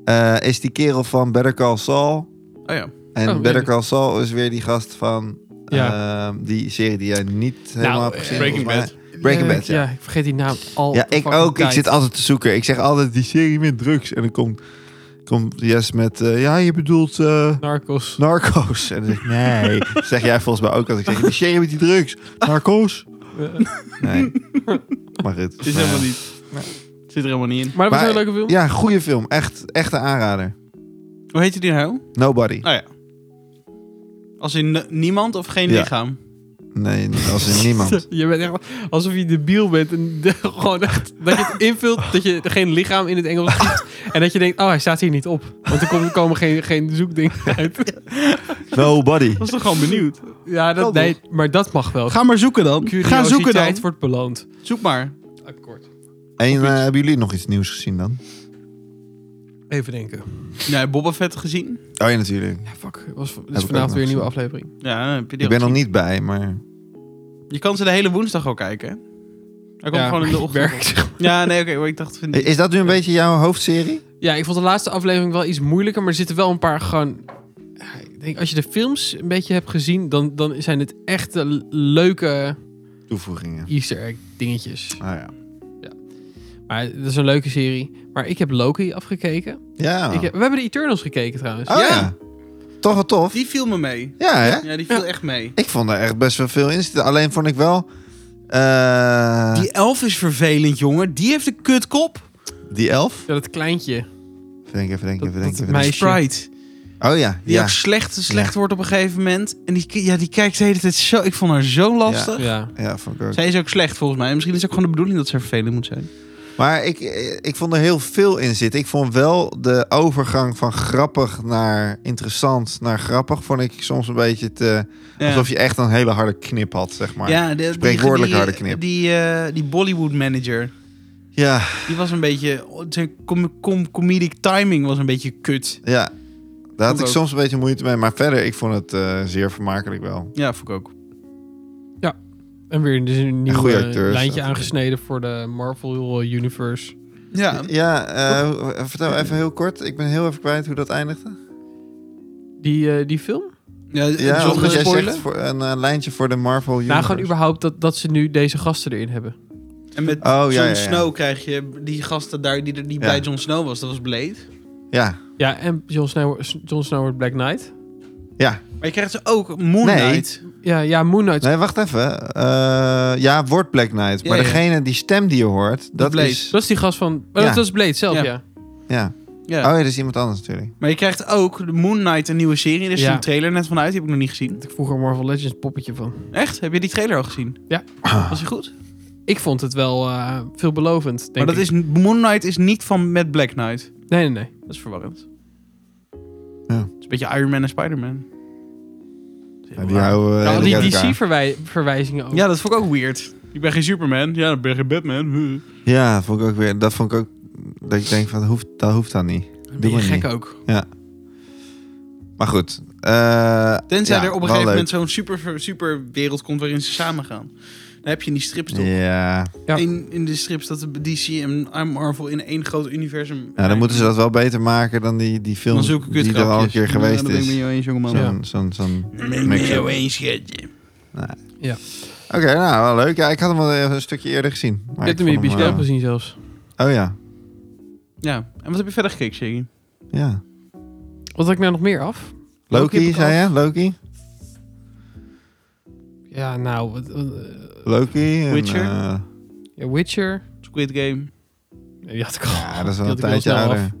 C: Eh, is die kerel van Better Call Saul.
A: Oh ja.
C: En
B: Oh,
C: Better
B: ja.
C: Call Saul is weer die gast van
B: Ja.
C: ehm, die serie die jij niet helemaal hebt
B: eh,
C: gezien.
A: Breaking
C: volgens
A: Bad.
C: mij. Breaking
B: leuk,
C: Bad, ja.
B: ja. ik vergeet die naam al.
C: Ja,
B: de
C: ik
B: fucking
C: ook. Ik
B: tijd.
C: zit altijd te zoeken. Ik zeg altijd die serie met drugs. En dan komt, komt Jess met, eh, ja, je bedoelt eh,
B: Narcos.
C: narco's. En dan zeg ik, nee. Dat zeg jij volgens mij ook als ik zeg, die serie met die drugs. Narco's? Nee. Maar goed.
A: Het is
C: Nou ja.
A: helemaal niet.
C: Nee.
A: Zit er helemaal niet in.
B: Maar dat was
C: Maar-
B: een leuke film.
C: Ja, goede film. Echt, echt een aanrader.
A: Hoe heet die nou?
C: Nobody.
A: Oh ja. Als in n- niemand of geen
C: Ja.
A: lichaam?
C: Nee, als in niemand.
B: Je bent echt alsof je debiel bent. En de- gewoon echt, dat je het invult, dat je er geen lichaam in het Engels ziet. En dat je denkt, oh, hij staat hier niet op. Want er komen, komen geen, geen zoekdingen uit.
C: Nobody.
A: was toch gewoon benieuwd.
B: Ja, dat,
A: Wel
B: nee, maar dat mag wel.
A: Ga maar zoeken dan. Ga zoeken dan.
B: Curiositeit wordt beloond.
A: Zoek maar.
B: Akkoord.
C: En eh, hebben jullie nog iets nieuws gezien dan?
B: Even denken.
A: Nee, Boba Fett gezien?
C: Oh ja, natuurlijk.
B: Ja, fuck. Was, dit
C: ook
B: is vanavond
C: nog
B: weer een nieuwe
C: gezien.
B: aflevering.
A: Ja, heb je die
C: Ik
A: al
C: ben er niet bij, maar...
A: gezien? Je kan ze de hele woensdag al kijken. hè? Hij komt
B: Ja,
A: gewoon in de
B: maar ik
A: ochtend.
B: werk,
A: Ja, nee, oké. maar ik dacht... Vind...
C: Is dat nu een beetje jouw hoofdserie?
B: Ja, ik vond de laatste aflevering wel iets moeilijker, maar er zitten wel een paar gewoon. Ja, Ik denk, als je de films een beetje hebt gezien, dan, dan zijn het echt eh, leuke
C: Toevoegingen.
B: Easter egg dingetjes.
C: Ah ja.
B: Maar dat is een leuke serie. Maar ik heb Loki afgekeken.
C: Ja.
B: Ik heb- we hebben de Eternals gekeken trouwens.
C: Ah. Oh, ja.
A: Ja.
C: Toch wel tof.
A: Die viel me mee.
C: Ja, hè?
A: Ja, die viel echt mee.
C: Ik vond er echt best wel veel in zitten. Alleen vond ik wel... eh,
A: Die elf is vervelend, jongen. Die heeft een kutkop.
C: die elf?
B: Ja, dat kleintje.
C: Even denken, even denken,
B: Dat-
C: even
B: dat
C: denken. even
B: meisje.
A: Sprite.
C: denken. Oh ja,
A: Die
C: ja.
A: ook slecht, slecht
C: Ja.
A: wordt op een gegeven moment. En die, ki- ja, die kijkt de hele tijd zo... Ik vond haar zo lastig.
B: Ja.
C: Ja, vond ik ook.
A: Zij is ook slecht, volgens mij. En misschien is het ook gewoon de bedoeling dat ze vervelend moet zijn.
C: Maar ik, ik vond er heel veel in zitten. Ik vond wel de overgang van grappig naar interessant naar grappig... vond ik soms een beetje te...
A: Ja.
C: Alsof je echt een hele harde knip had, zeg maar.
A: ja, de, die-
C: spreekwoordelijk
A: die-
C: harde knip.
A: Die, eh, die Bollywood manager,
C: Ja,
A: die was een beetje... Zijn com- com- comedic timing was een beetje kut.
C: ja. Daar had
A: Vond
C: ik
A: ik
C: soms een beetje moeite mee. Maar verder, ik vond het eh, zeer vermakelijk wel.
A: Ja, vond ik ook.
B: En weer dus een nieuw
C: goede
B: eh,
C: acteurs,
B: lijntje
C: dat-
B: aangesneden voor de Marvel Universe.
A: Ja,
C: Ja, eh, vertel even heel kort. Ik ben heel even kwijt hoe dat eindigde.
B: Die, eh, die film?
A: ja,
C: Ja,
A: zonder
C: omdat jij
A: spoilen.
C: zegt voor een eh, lijntje voor de Marvel Universe.
B: Nou, gewoon überhaupt dat, dat ze nu deze gasten erin hebben.
A: En met
C: Oh, ja,
A: Jon
C: ja, ja.
A: Snow krijg je die gasten daar die, er- die
C: Ja.
A: bij Jon Snow was. Dat was Blade.
C: Ja,
B: Ja, en Jon Snow, Jon Snow wordt Black Knight.
C: ja.
A: Maar je krijgt ze ook Moon
C: Nee.
A: Knight.
B: Ja, ja Moon Knight.
C: Nee, wacht even. Eh, ja, wordt Black Knight.
A: Ja,
C: maar
A: ja.
C: degene, die stem die je hoort, dat
A: Blade.
C: is...
B: Dat is die gast van... Oh,
C: Ja.
B: dat is Blade zelf,
A: Ja.
B: ja.
C: Ja.
A: Ja.
C: Oh ja, dat is iemand anders natuurlijk.
A: Maar je krijgt ook de Moon Knight, een nieuwe serie. Er is
B: Ja.
A: een trailer net vanuit, die heb ik nog niet gezien.
B: Ik vroeger Marvel Legends poppetje van.
A: Echt? Heb je die trailer al gezien?
B: Ja.
C: Ah.
A: Was die goed?
B: Ik vond het wel eh, veelbelovend, denk
A: maar dat
B: ik.
A: is, Moon Knight is niet van met Black Knight.
B: Nee, nee, nee.
A: Dat is verwarrend.
C: Ja.
A: Het is een beetje Iron Man en Spider-Man.
C: Ja, die houden eh,
B: Nou,
C: redelijk uit
B: die
C: elkaar.
B: DC-verwijzingen ook.
A: Ja, dat vond ik ook weird. Ik ben geen Superman. Ja, ik ben geen Batman. Huh.
C: Ja, vond ik ook weer. Dat vond ik ook... Dat ik denk van, dat hoeft, dat hoeft dan niet.
B: dat
C: doen
B: ben je
C: we
B: gek
C: niet.
B: ook.
C: Maar goed. eh,
A: Tenzij
C: ja,
A: er op een
C: wel
A: gegeven
C: leuk.
A: moment zo'n super, super wereld komt waarin ze samen gaan. Dan heb je in die strips toch.
C: Ja, Nou,
B: Ja.
A: In, in de strips dat de DC en Marvel in één groot universum.
C: nou, dan moeten ze dat wel beter maken dan die, die film
A: Dan zoek ik het
C: die er al een keer geweest
A: dat ben ik met
C: is.
A: jou eens, jongeman.
B: Ja.
C: Zo'n zo'n zo'n
A: Ben ik
C: mix-up.
A: zo eens, schatje.
C: Oké, nou, wel leuk. Ja, ik had hem al eh, een stukje eerder gezien.
B: Ik
C: Maar
B: heb hem in
C: vond
B: de bioscoop
C: eh,
B: gezien zelfs.
C: Oh ja,
A: Ja, en wat heb je verder gekeken, Shaggy?
C: ja.
B: Wat had ik nou nog meer af? Loki heb
C: Loki,
B: ik
C: zei je? Loki?
B: Ja, nou... wat- wat, eh,
C: Loki. en,
A: Witcher?
C: eh,
B: ja, Witcher.
A: Squid Game.
B: Nee, die had ik al.
C: ja, dat is wel
B: Die
C: een
B: had ik wel
C: tijdje
B: snel af.
C: ouder.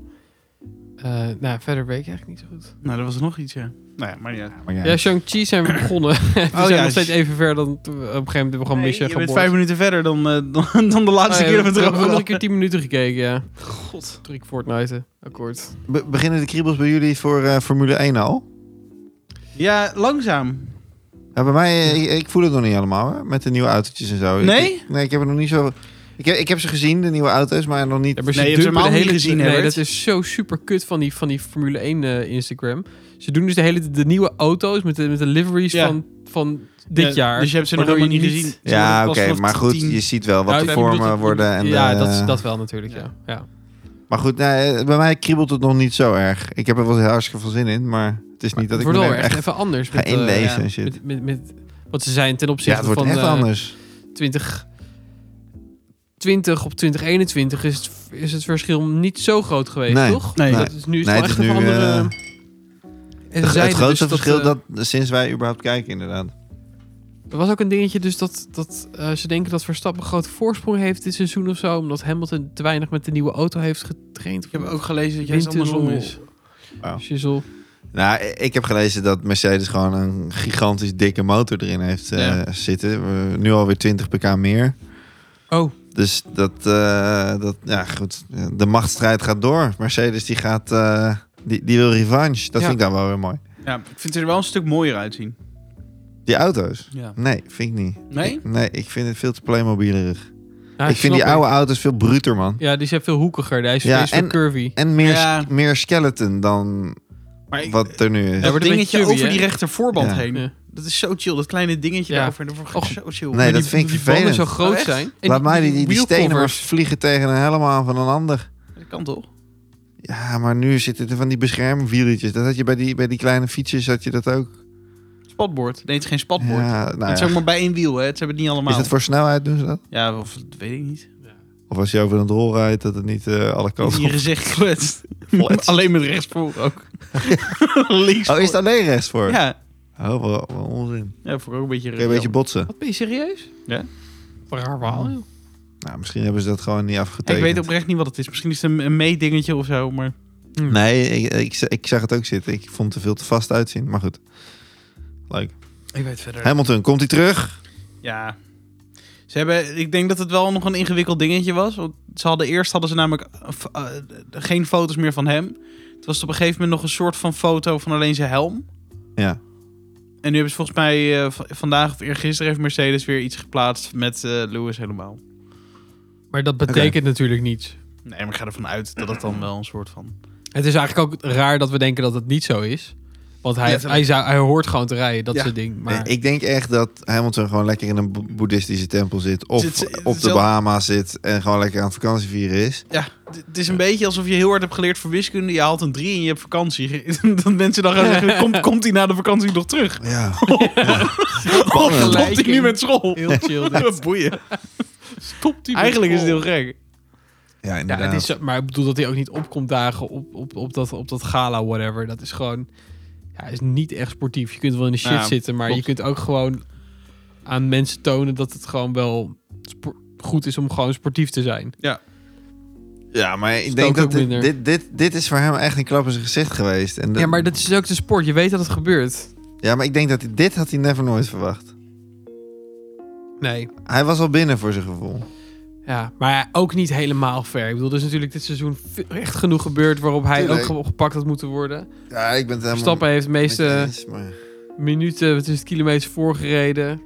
B: Eh, nou, verder weet ik eigenlijk niet zo goed.
A: Nou, er was nog iets, ja. Nou ja, maar niet uit.
C: Maar ja. Oh,
B: Ja, Shang-Chi zijn we begonnen. We zijn
A: ja,
B: nog steeds
A: sh-
B: even ver dan... toen we- Op een gegeven moment hebben we gewoon
A: Nee,
B: Mission
A: je bent
B: geboord.
A: vijf minuten verder dan, eh, dan, dan de
B: Ah,
A: laatste
B: ja,
A: keer dat we het
B: hebben
A: erover
B: nog een
A: hadden.
B: keer tien minuten gekeken, ja. God. Drie Fortnite, akkoord.
C: Be- beginnen de kriebels bij jullie voor eh, Formule 1 al?
A: Ja, langzaam.
C: Ja, bij mij, eh, ik, ik voel het nog niet helemaal, hè, met de nieuwe autootjes en zo. Ik-
A: Nee?
C: ik- nee, ik heb er nog niet zo... Ik heb, ik heb ze gezien, de nieuwe auto's, maar nog niet...
B: Ja, maar ze
A: Nee, je hebt
B: dumpen
A: ze helemaal
B: de
A: niet
B: hele-
A: gezien,
B: Nee,
A: Herbert.
B: dat is zo super kut van die, van die Formule 1 eh, Instagram. Ze doen dus de hele de nieuwe auto's met de, met de liveries
A: Ja.
B: van, van dit
A: Ja,
B: jaar.
A: Dus je hebt ze nog
B: waardoor
A: helemaal niet
B: je
A: gezien. Ze
C: Ja,
A: worden
C: oké,
A: pas vanaf
C: maar goed,
A: tien.
C: je ziet wel wat
B: Nou,
C: de
B: ik bedoel
C: vormen
B: dat-
C: worden. En
B: ja,
A: eh,
C: de-
B: dat, is- dat wel natuurlijk, ja. ja.
C: Maar goed, nee, eh, bij mij kriebelt het nog niet zo erg. Ik heb er wel hartstikke veel zin in, maar het is niet dat
B: Het
C: ik
B: wordt
C: me
B: wel
C: er
B: echt
C: echt
B: even anders.
C: ga
B: Met, eh,
C: inlezen
A: ja,
C: en shit.
B: met, met, met wat ze zijn ten
C: Ja,
B: opzichte
C: het wordt
B: van
C: echt
B: eh,
C: anders.
B: 20, 20 op 2021 is het, is het verschil niet zo groot geweest,
C: Nee.
B: toch?
A: Nee.
B: Dat is nu is
C: Nee,
B: wel
C: het
B: echt
C: is
B: een
C: nu,
B: andere...
C: eh,
B: en ze
C: Het,
B: zeiden
C: het
B: dus
C: grootste verschil
B: eh,
C: dat, sinds wij überhaupt kijken, inderdaad.
B: Er was ook een dingetje dus dat, dat eh, ze denken dat Verstappen een grote voorsprong heeft dit seizoen of zo. Omdat Hamilton te weinig met de nieuwe auto heeft getraind.
A: Ik heb ook gelezen dat jij het
B: Windtunnel.
A: andersom is.
C: Wow.
B: Shizzle.
C: Nou, i- ik heb gelezen dat Mercedes gewoon een gigantisch dikke motor erin heeft eh,
B: Ja.
C: zitten. We- nu alweer 20 pk meer.
B: Oh.
C: Dus dat, eh, dat, ja goed, de machtsstrijd gaat door. Mercedes die gaat, eh, die, die wil revanche. Dat
B: Ja.
C: vind ik dan wel weer mooi.
A: Ja, ik vind het er wel een stuk mooier uitzien.
C: Die auto's?
A: Ja.
C: Nee, vind ik niet.
A: Nee?
C: Ik- nee, ik vind het veel te playmobielerig.
B: Ja,
C: ik vind die
B: snap
C: oude auto's veel bruter, man.
B: Ja, die zijn veel hoekiger. Die is
C: Ja,
B: ja,
C: en-
B: curvy.
C: En meer,
A: Ja.
C: meer skeleton dan
A: Maar ik-
C: wat er nu is.
B: Ja,
A: dat
B: wordt een
A: dingetje
B: beetje chubby,
A: over
B: hè?
A: die rechtervoorband
C: Ja.
A: heen.
B: Ja.
A: Dat is zo chill. Dat kleine dingetje
B: Ja.
A: daarover. Dat wordt
B: Och,
A: zo chill.
C: nee, dat vind ik
B: die
C: vervelend.
B: banden zo groot
A: Oh, echt?
B: zijn. En
C: Laat mij die, die, die stenen maar
B: wielcovers.
C: vliegen tegen een helm aan van een ander.
A: Dat kan toch?
C: Ja, maar nu zitten er van die beschermwieltjes. Dat had je bij die, bij die kleine fietsjes, had je dat ook.
A: Spatbord. Nee, het is geen spatbord.
C: Ja, nou
A: het
C: ja.
A: is ook maar bij één wiel, hè. Het hebben het niet
C: Is
A: allemaal.
C: dat voor snelheid doen ze dat?
A: Ja, of dat weet ik niet.
C: Of als je over een rol rijdt, dat het niet eh, alle
A: In
C: kanten
A: je
C: op...
A: gezicht gekletst.
C: Flat.
A: Alleen met rechtsvoor ook. Links.
C: Oh, is het alleen rechts voor?
A: Ja.
C: Oh, wat, wat onzin.
A: Ja, voor ook een beetje
C: Kun je een beetje botsen?
B: Wat ben je serieus?
A: Ja.
B: Wat een raar verhaal,
A: Oh.
B: joh.
C: Nou, misschien hebben ze dat gewoon niet
A: Ja, ik
C: afgetekend.
A: weet oprecht niet wat het is. Misschien is het een, een meedingetje of zo, maar...
C: Nee, ik, ik, ik zag het ook zitten. Ik vond het er veel te vast uitzien. Maar goed. Leuk.
A: Ik weet verder.
C: Hamilton, komt hij terug?
A: Ja. Ze hebben, ik denk dat het wel nog een ingewikkeld dingetje was. Want ze hadden eerst hadden ze namelijk eh, f- eh, geen foto's meer van hem. Het was op een gegeven moment nog een soort van foto van alleen zijn helm.
C: Ja.
A: En nu hebben ze volgens mij eh, v- vandaag of eergisteren heeft Mercedes weer iets geplaatst met eh, Lewis helemaal.
B: Maar dat betekent natuurlijk niets.
A: Nee, maar ik ga ervan uit dat het dan wel een soort van...
B: Het is eigenlijk ook raar dat we denken dat het niet zo is. Want hij,
A: Letterlijk.
B: hij, zou, hij hoort gewoon te rijden, dat
A: Ja.
B: soort ding. Maar
C: Eh, Ik denk echt dat Hamilton gewoon lekker in een bo- boeddhistische tempel zit. Of
A: Zit ze-
C: op de
A: zelf-
C: Bahama's zit. En gewoon lekker aan het vakantievieren is.
A: Ja, d- het is een beetje alsof je heel hard hebt geleerd voor wiskunde. Je haalt een 3 en je hebt vakantie. dat mensen dan gaan zeggen, komt komt hij na de vakantie nog terug?
C: Ja.
A: Of
C: Spannend.
A: stopt hij nu met school?
B: heel chill. dit.
A: Boeien.
B: Stopt hij met
A: Eigenlijk is het
B: school.
A: heel gek.
C: Ja,
B: Ja,
C: inderdaad.
B: het is, zo- maar ik bedoel dat hij ook niet opkomt dagen op, op, op, dat, op dat gala, whatever. Dat is gewoon... Ja, hij is niet echt sportief. Je kunt wel in de shit
A: Ja,
B: zitten, maar
A: klopt.
B: je kunt ook gewoon aan mensen tonen dat het gewoon wel spo- goed is om gewoon sportief te zijn.
C: Ja, maar ik
B: Stoot
C: denk dat
B: ook
C: dit,
B: minder.
C: dit, dit, dit is voor hem echt een klap in zijn gezicht geweest. En dat-
B: Ja, maar dat is dus ook de sport. Je weet dat het gebeurt.
C: ja, maar ik denk dat hij, dit had hij never nooit verwacht.
B: Nee.
C: Hij was al binnen voor zijn gevoel.
B: Ja, maar ook niet helemaal ver. Ik bedoel, er is natuurlijk dit seizoen ve- echt genoeg gebeurd waarop hij
C: Tuurlijk.
B: ook ge- opgepakt had moeten worden.
C: Ja, ik ben het helemaal
B: Verstappen heeft eh, de
C: met je
B: meeste
C: eens, maar-
B: minuten, wat is het, kilometers voorgereden.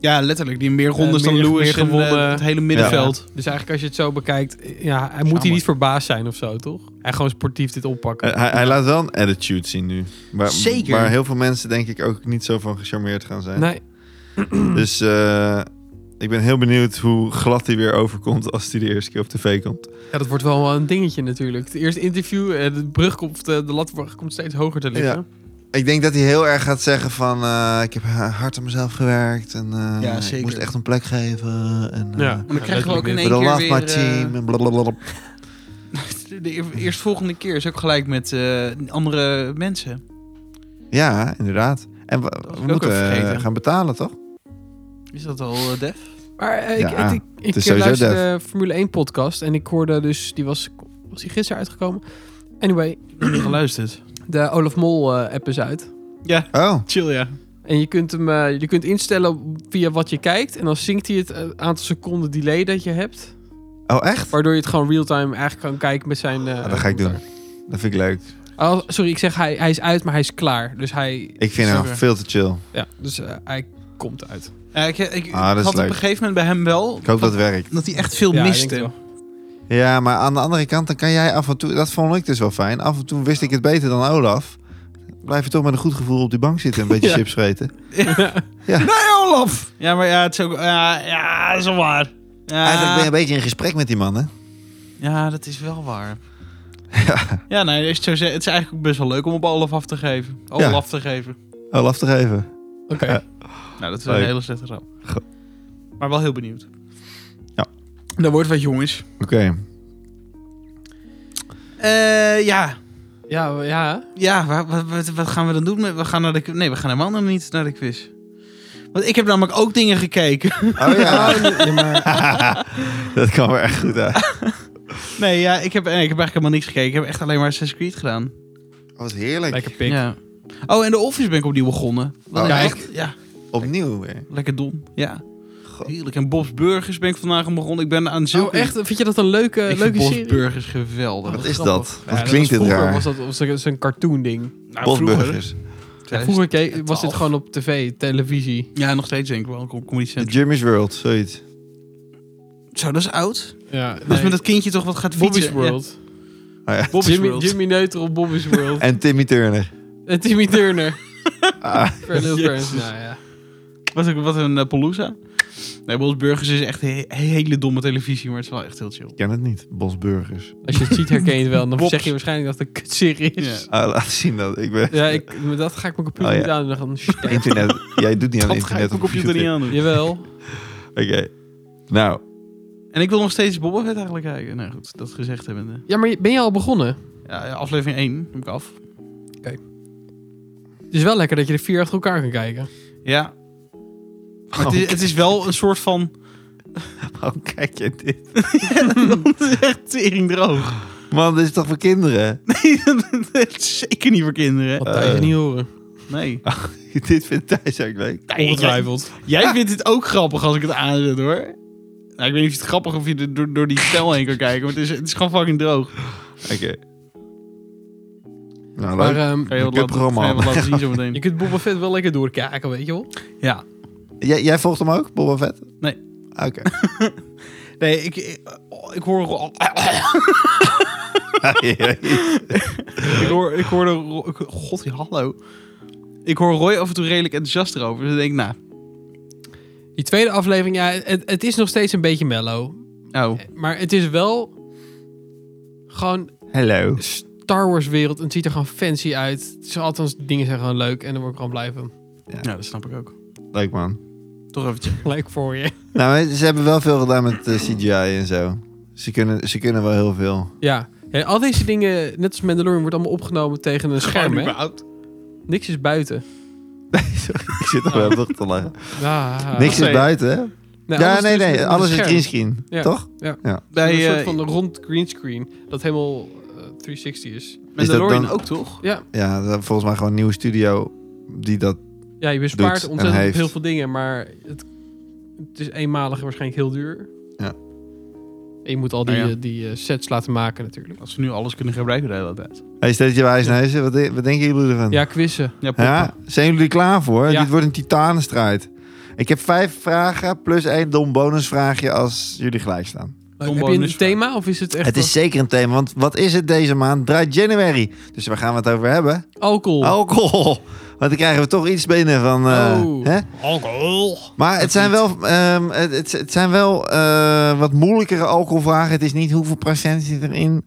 A: Ja, letterlijk. Die meer rondes
B: Eh,
A: dan
B: meer-
A: Lewis
B: meer
A: en
B: gewonnen.
A: eh, het hele middenveld.
B: Dus eigenlijk als je het zo bekijkt, ja, hij moet hier
A: Jammer.
B: niet verbaasd zijn of zo, toch? Hij gewoon sportief dit oppakken.
C: Eh, Hij, hij laat wel een attitude zien nu. Waar,
A: Zeker.
C: Waar heel veel mensen denk ik ook niet zo van gecharmeerd gaan zijn.
B: nee,
C: Dus eh, ik ben heel benieuwd hoe glad hij weer overkomt als hij de eerste keer op tv komt.
B: ja, dat wordt wel een dingetje natuurlijk. Het eerste interview, eh, de brug komt, eh, de lat komt steeds hoger te liggen.
C: Ik denk dat hij heel erg gaat zeggen van... eh, ik heb eh, hard aan mezelf gewerkt en eh,
A: Ja,
C: ik
A: zeker.
C: moest echt een plek geven. En, eh,
B: Ja.
A: Maar dan krijgen we ook in
B: letterlijk
A: één
C: but I
A: keer
C: love my
A: weer...
C: team.
A: eh,
C: en blablabla.
A: de eer- eerstvolgende keer is ook gelijk met eh, andere mensen.
C: Ja, inderdaad. En
A: was
C: we-
A: ik
C: we,
A: ook
C: moeten
A: even
C: eh,
A: vergeten.
C: gaan betalen, toch?
A: Is dat al eh, Def?
B: Maar eh, ik,
C: Ja, ah,
B: ik, ik, ik
C: is sowieso
B: luisterde de Formule 1 podcast en ik hoorde dus, die was, was die gisteren uitgekomen. Anyway,
A: Geluisterd.
B: de Olaf Mol eh, app is uit.
C: Oh,
A: Chill, ja.
B: En je kunt hem eh, je kunt instellen via wat je kijkt. En dan zinkt hij het eh, aantal seconden delay dat je hebt.
C: oh echt?
B: Waardoor je het gewoon real-time eigenlijk kan kijken met zijn... eh,
C: Ja, Ah, dat ga ik doen. Dat vind ik leuk.
B: Oh, sorry, ik zeg hij, hij is uit, maar hij is klaar. Dus hij,
C: Ik vind hem
A: Zeker.
C: veel te chill.
B: ja, dus, eh, hij komt uit.
A: Ja, ik ik
C: Ah, dat is
A: had op
C: leuk.
A: een gegeven moment bij hem wel...
C: Ik hoop dat het werkt.
A: dat hij echt veel
B: Ja, ik denk
A: miste.
B: het wel.
C: Ja, maar aan de andere kant, dan kan jij af en toe... Dat vond ik dus wel fijn. Af en toe wist ik het beter dan Olaf. Blijf je toch met een goed gevoel op die bank zitten... en een beetje
B: Ja.
C: chips eten.
A: Nee, Olaf! Ja, maar ja, het is ook... ja, ja, dat is wel waar. Ja,
C: Eigenlijk ben je een beetje in gesprek met die man, hè?
A: ja, dat is wel waar. Ja, nee, als je het, zo zegt, het is eigenlijk ook best wel leuk om op Olaf af te geven. Olaf
C: Ja.
A: af te geven.
C: Olaf toch even.
B: Oké.
C: Ja.
A: Nou, dat is
C: Leuk.
A: een hele slechte grap.
C: Goed.
A: Maar wel heel benieuwd.
C: Ja.
A: Dat wordt wat jongens.
C: Oké.
A: Eh ja,
B: Ja, we- ja.
A: ja wa- wa- wat, wat gaan we dan doen? met- We gaan naar de, nee, we gaan helemaal nog niet naar de quiz. Want ik heb namelijk ook dingen gekeken.
C: Oh ja. dat kwam er echt goed uit.
A: Nee, ja, ik heb, eh, ik heb eigenlijk helemaal niks gekeken. Ik heb echt alleen maar Assassin's Creed gedaan.
C: Wat heerlijk.
B: Lekker pik.
A: Ja. Oh, en de Office ben ik opnieuw begonnen. Wat
C: Oh,
A: een
C: kijk.
A: echt- Ja,
C: Opnieuw weer.
A: lekker dom. Ja.
C: God.
A: Heerlijk. En Bob's Burgers ben ik vandaag aan begonnen. Ik ben aan
B: Zo
A: zulke...
B: Oh, echt, vind je dat een leuke,
A: ik vind
B: leuke
A: Bob's
B: serie?
A: Burgers geweldig.
C: Wat
B: Wat
C: is
B: grappig.
C: dat?
B: Ja,
C: Wat
B: dat
C: klinkt
B: was
C: het
B: vroeger
C: raar?
B: was dat was dat zo'n cartoon ding.
A: Nou, vroeger.
C: Bosburgers.
B: Vroeger keek, was dit gewoon op tv, televisie.
A: Ja, nog steeds denk ik wel. Kom, kom niet
C: The Jimmy's World, zoiets.
A: Zo, dat is oud.
B: Ja,
A: Dat is met dat kindje toch wat gaat
B: Bobby's
A: fietsen.
B: World.
C: Oh ja.
A: Ja. Bobby's
B: Jimmy,
A: World.
B: Jimmy Neuter op Bobby's World.
C: En Timmy Turner.
B: en Timmy Turner.
C: Ah,
B: Fernando
A: Jezus.
B: Burns. Nou ja.
A: Wat een, wat een eh, palooza. Nee, Bob's Burgers is echt he- hele domme televisie, maar het is wel echt heel chill.
C: ik ken het niet. Bosburgers.
B: Als je het ziet herken je het wel. Dan
A: Bobs.
B: zeg je waarschijnlijk dat het een kutserie is.
A: Ja.
C: Ah, laat zien dat. Ik ben...
B: Ja, ik, maar dat ga ik mijn computer
C: Oh ja.
B: niet aan. Dan gaan
C: Internet. Jij doet niet aan
A: Dat ga ik
C: internet
A: mijn
C: op
A: computer niet aan doen.
B: Jawel.
C: Oké. Nou,
A: En ik wil nog steeds Boba Fett eigenlijk kijken. Nou goed, dat gezegd hebbende.
B: Ja, maar je- ben je al begonnen?
A: Ja, ja, aflevering 1 heb ik af.
B: Het is wel lekker dat je de vier achter elkaar kan kijken.
A: Ja. Maar het, is, het is wel een soort van...
C: waarom kijk je dit?
A: het is echt tering droog.
C: Man, dit is toch voor kinderen?
A: Nee, dat dat is zeker niet voor kinderen.
B: Wat Thijs
C: Eh.
B: niet horen.
A: Nee.
C: dit vindt Thijs ook leuk.
A: jij,
B: Ongetwijfeld.
A: jij vindt het ook grappig als ik het aanzet, hoor. Nou, ik weet niet of je het grappig of je er door, door die stijl heen kan kijken, maar het is, het is gewoon fucking droog.
C: Oké. Nou,
B: Maar
C: leuk.
B: ehm,
A: Ga je wat
C: Ik heb
A: laten,
C: programma.
A: ga je wat laten zien zo
B: je
A: meteen.
B: kunt Boba Fett wel lekker doorkijken, weet je wel.
A: Ja.
C: jij, jij volgt hem ook, Boba Fett?
A: Nee.
C: Oké.
A: Nee, ik, ik, oh, ik hoor... ro- ik hoor... Ik hoor de ro- ik- God, ja, hallo. Ik hoor Roy af en toe redelijk enthousiast erover. Dus ik denk, nou...
B: Die tweede aflevering, ja, het, het is nog steeds een beetje mellow.
A: Oh.
B: Maar het is wel gewoon
C: Hallo.
B: Star Wars wereld. En het ziet er gewoon fancy uit. Ze althans, dingen zijn gewoon leuk. En dan word ik gewoon blij van.
A: Ja, nou, dat snap ik ook.
C: Leuk, man.
A: Toch eventjes.
B: Leuk voor je.
C: Nou, ze hebben wel veel gedaan met eh, CGI en zo. Ze kunnen, ze kunnen wel heel veel.
B: Ja. Ja, al deze dingen, net als Mandalorian, wordt allemaal opgenomen tegen een scherm. Hè? Niks is buiten.
C: Sorry, ik zit er wel toch te lachen.
B: Ah.
C: Niks
A: zei je?
C: is buiten, hè?
B: Nee,
C: ja,
B: alles
C: nee,
B: is met
C: nee.
B: een
C: Alles is
B: scherm.
C: greenscreen,
B: Ja.
C: toch?
A: Bij,
B: een soort
A: eh,
B: van een rond greenscreen dat helemaal eh, 360 is.
A: Mandalorian
C: dan-
A: ook, toch?
C: Ja, dat- volgens mij gewoon een nieuwe studio die dat...
B: Ja, je bespaart
C: en
B: ontzettend op
C: heeft.
B: heel veel dingen, maar het, het is eenmalig en waarschijnlijk heel duur.
C: Ja.
B: En je moet al die,
A: Nou ja.
B: eh, die eh, sets laten maken natuurlijk.
A: Als we nu alles kunnen gebruiken de hele tijd.
C: Hey, stelletje wijs naar huis, wat, de- wat denken jullie ervan?
B: Ja, quizzen.
A: Ja, poppen.
C: Ja? Zijn jullie er klaar voor?
B: Ja.
C: Dit wordt een titanenstrijd. Ik heb vijf vragen plus één dom bonusvraagje als jullie gelijk staan.
B: Heb je een
A: bonusvraag.
B: thema of is het echt
C: Het is zeker een thema, want wat is het deze maand? Dry January. Dus waar gaan we het over hebben?
B: alcohol?
C: Alcohol. Want dan krijgen we toch iets binnen van... eh,
B: Oh.
C: hè?
A: Alcohol.
C: Maar het zijn wel, ehm, het, het- het zijn wel eh, wat moeilijkere alcoholvragen. Het is niet hoeveel procent zit erin.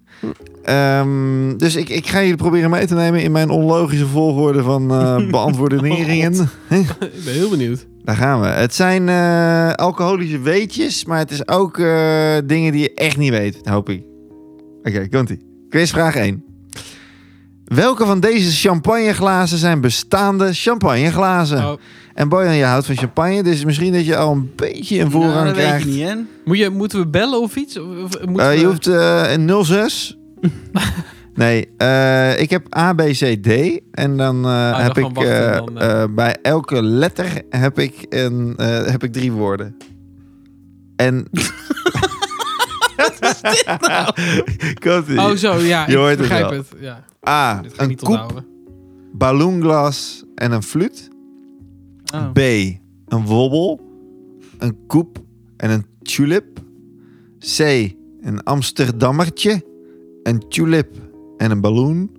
C: Ehm, dus ik, ik ga jullie proberen mee te nemen in mijn onlogische volgorde van eh
B: Oh,
C: beantwoordeneringen.
B: ik ben heel benieuwd.
C: Daar gaan we. Het zijn eh, alcoholische weetjes, maar het is ook eh, dingen die je echt niet weet, hoop ik. Oké, komt-ie. Quizvraag 1. Welke van deze champagneglazen zijn bestaande champagneglazen?
B: Oh,
C: En Boyan, je houdt van champagne, dus misschien dat je al een beetje een voorrang
A: Nou, dat weet
C: krijgt.
A: ik niet, hè?
B: moet je, moeten we bellen of iets? Of, of moeten
C: Eh,
B: we-
C: je hoeft eh, een 06. nee, eh, ik heb A, B, C, D. En dan eh,
B: dan
C: heb
B: gewoon
C: ik
B: wachten
C: eh,
B: dan, eh.
C: eh, bij elke letter heb ik, een, eh, heb ik drie woorden. En... Komt ie.
B: nou? Oh, zo, ja.
C: Je
B: ik
C: hoort het
B: begrijp
C: wel.
B: het. Ja,
C: A,
B: dit ga ik
C: een
B: niet
C: koep,
B: onthouden.
C: ballonglas en een fluit.
A: Oh.
C: B. Een wobbel. Een koep en een tulip. C. Een Amsterdammertje. Een tulip en een balloon.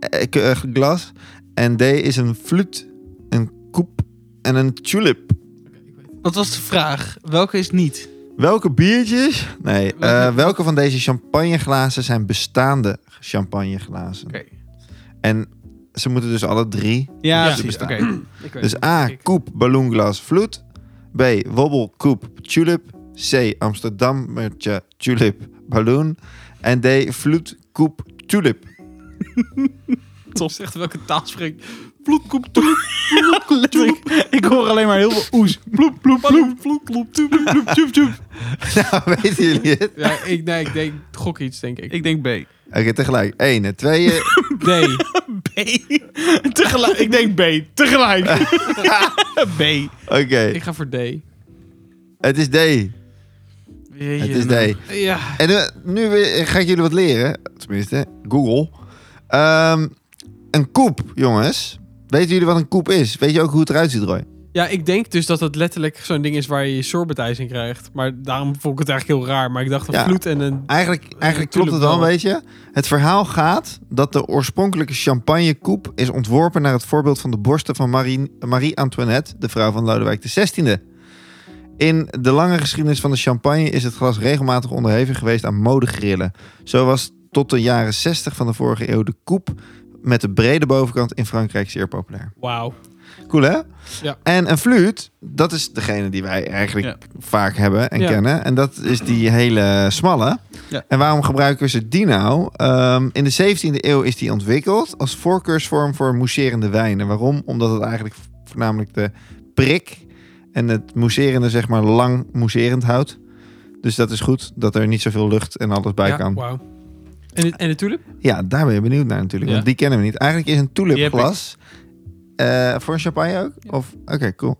C: Eh, k- eh, glas. En D is een fluit, een koep en een tulip.
B: Oké, ik weet het.
A: Wat was de vraag? Welke is niet?
C: Welke biertjes? Nee, eh, welke van deze champagneglazen zijn bestaande champagneglazen?
A: Oké.
C: En ze moeten dus alle drie
A: Ja,
B: Ja,
A: precies. Oké.
C: bestaan.
B: Ik weet
C: Dus
B: het,
C: A,
B: denk ik.
C: koep, ballonglas, vloed. B, wobbel, koep, tulip. C, Amsterdammertje, tulip, balloon. En D, vloed, koep, tulip.
B: Tom zegt welke taal spreekt.
A: Bloedkoep, toep, Letterlijk. Ik hoor alleen maar heel veel oes. Bloep, bloep, bloep, bloep, bloep, toep, bloep, bloep, toep, toep.
C: nou, weten jullie het?
B: Ja, ik, nee, ik denk, gok iets, denk ik.
A: Ik denk B.
C: Oké, tegelijk. Eén en tweeën.
B: D.
A: B. Tegelijk. Ik denk B. Tegelijk. B.
C: Oké,
B: Ik ga voor D.
C: het is D. Het is D.
B: Ja.
C: En eh, nu weer- ga ik jullie wat leren. Tenminste, Google. Ehm, een koep, jongens. Weten jullie wat een koep is? Weet je ook hoe het eruit ziet, Roy?
B: ja, ik denk dus dat het letterlijk zo'n ding is waar je je sorbetijs in krijgt. Maar daarom vond ik het eigenlijk heel raar. Maar ik dacht een
C: Ja.
B: vloed en een...
C: Eigenlijk, eigenlijk klopt het wel,
B: tuurlijk wel.
C: weet je. Het verhaal gaat dat de oorspronkelijke champagnekoep is ontworpen naar het voorbeeld van de borsten van Marie, Marie Antoinette, de vrouw van Lodewijk XVI. In de lange geschiedenis van de champagne is het glas regelmatig onderhevig geweest aan modegrillen. Zo was tot de jaren 60 van de vorige eeuw de koep met de brede bovenkant in Frankrijk zeer populair.
B: Wauw.
C: Cool hè?
B: Ja.
C: En een fluit, dat is degene die wij eigenlijk
A: Ja.
C: vaak hebben en
B: Ja.
C: kennen. En dat is die hele smalle.
A: Ja.
C: En waarom gebruiken ze die nou? Ehm, in de 17e eeuw is die ontwikkeld als voorkeursvorm voor mousserende wijnen. Waarom? Omdat het eigenlijk voornamelijk de prik en het mousserende zeg maar lang mousserend houdt. Dus dat is goed, dat er niet zoveel lucht en alles bij
B: ja,
C: kan.
B: Wauw. En, het- en de tulip?
C: Ja, daar ben je benieuwd naar natuurlijk,
B: Ja.
C: want die kennen we niet. Eigenlijk is een
A: Die heb ik.
C: tulipglas eh, voor een champagne ook? Of oké, cool.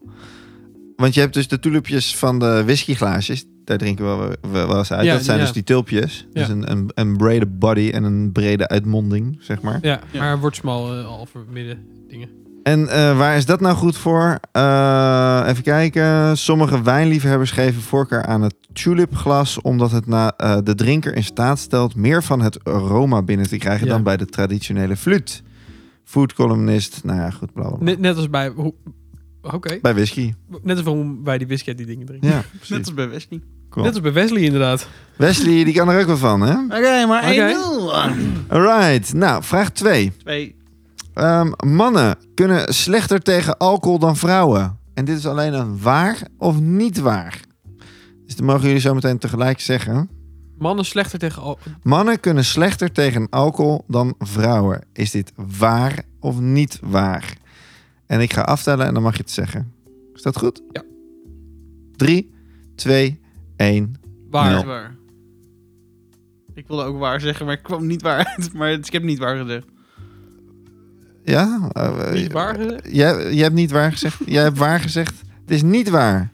C: Want je hebt dus de tulipjes van de whiskyglaasjes. Daar drinken we wel- we wel eens uit.
B: Ja,
C: dat zijn
B: ja.
C: dus die tulpjes.
B: Ja.
C: Dus een, een, een brede body en een brede uitmonding, zeg maar.
B: Ja,
A: Ja.
B: maar wordt smal eh, al voor midden dingen.
C: En eh, waar is dat nou goed voor? Eh, even kijken. Sommige wijnliefhebbers geven voorkeur aan het tulipglas, omdat het na, eh, de drinker in staat stelt meer van het aroma binnen te krijgen
B: Ja.
C: dan bij de traditionele fluit. Foodcolumnist, nou ja, goed, bla bla. bla.
B: Net, net als bij... hoe- Oké.
C: Bij whisky.
B: Net als waarom wij die whisky uit die dingen drinken.
C: Ja,
A: Net
C: precies.
A: als bij Wesley.
C: Cool.
B: Net als bij Wesley inderdaad.
C: Wesley, die kan er ook wel van, hè?
A: Oké, maar
B: Oké.
A: 1-0.
C: Alright, nou, vraag 2.
A: Twee.
C: mannen kunnen slechter tegen alcohol dan vrouwen. En dit is alleen een waar of niet waar. Dus dat mogen jullie zo meteen tegelijk zeggen.
B: Mannen slechter tegen... al-
C: Mannen kunnen slechter tegen alcohol dan vrouwen. Is dit waar of niet waar? En ik ga aftellen en dan mag je het zeggen. Is dat goed?
B: Ja.
C: 3, 2, 1.
B: Waar?
C: Nul.
A: Waar. Ik wilde ook waar zeggen, maar ik kwam niet waar uit. Maar het- ik heb niet waar gezegd.
C: Ja? Eh,
B: Niet waar? hè?
C: Jij, jij hebt niet waar gezegd. jij hebt waar gezegd. Het is niet waar.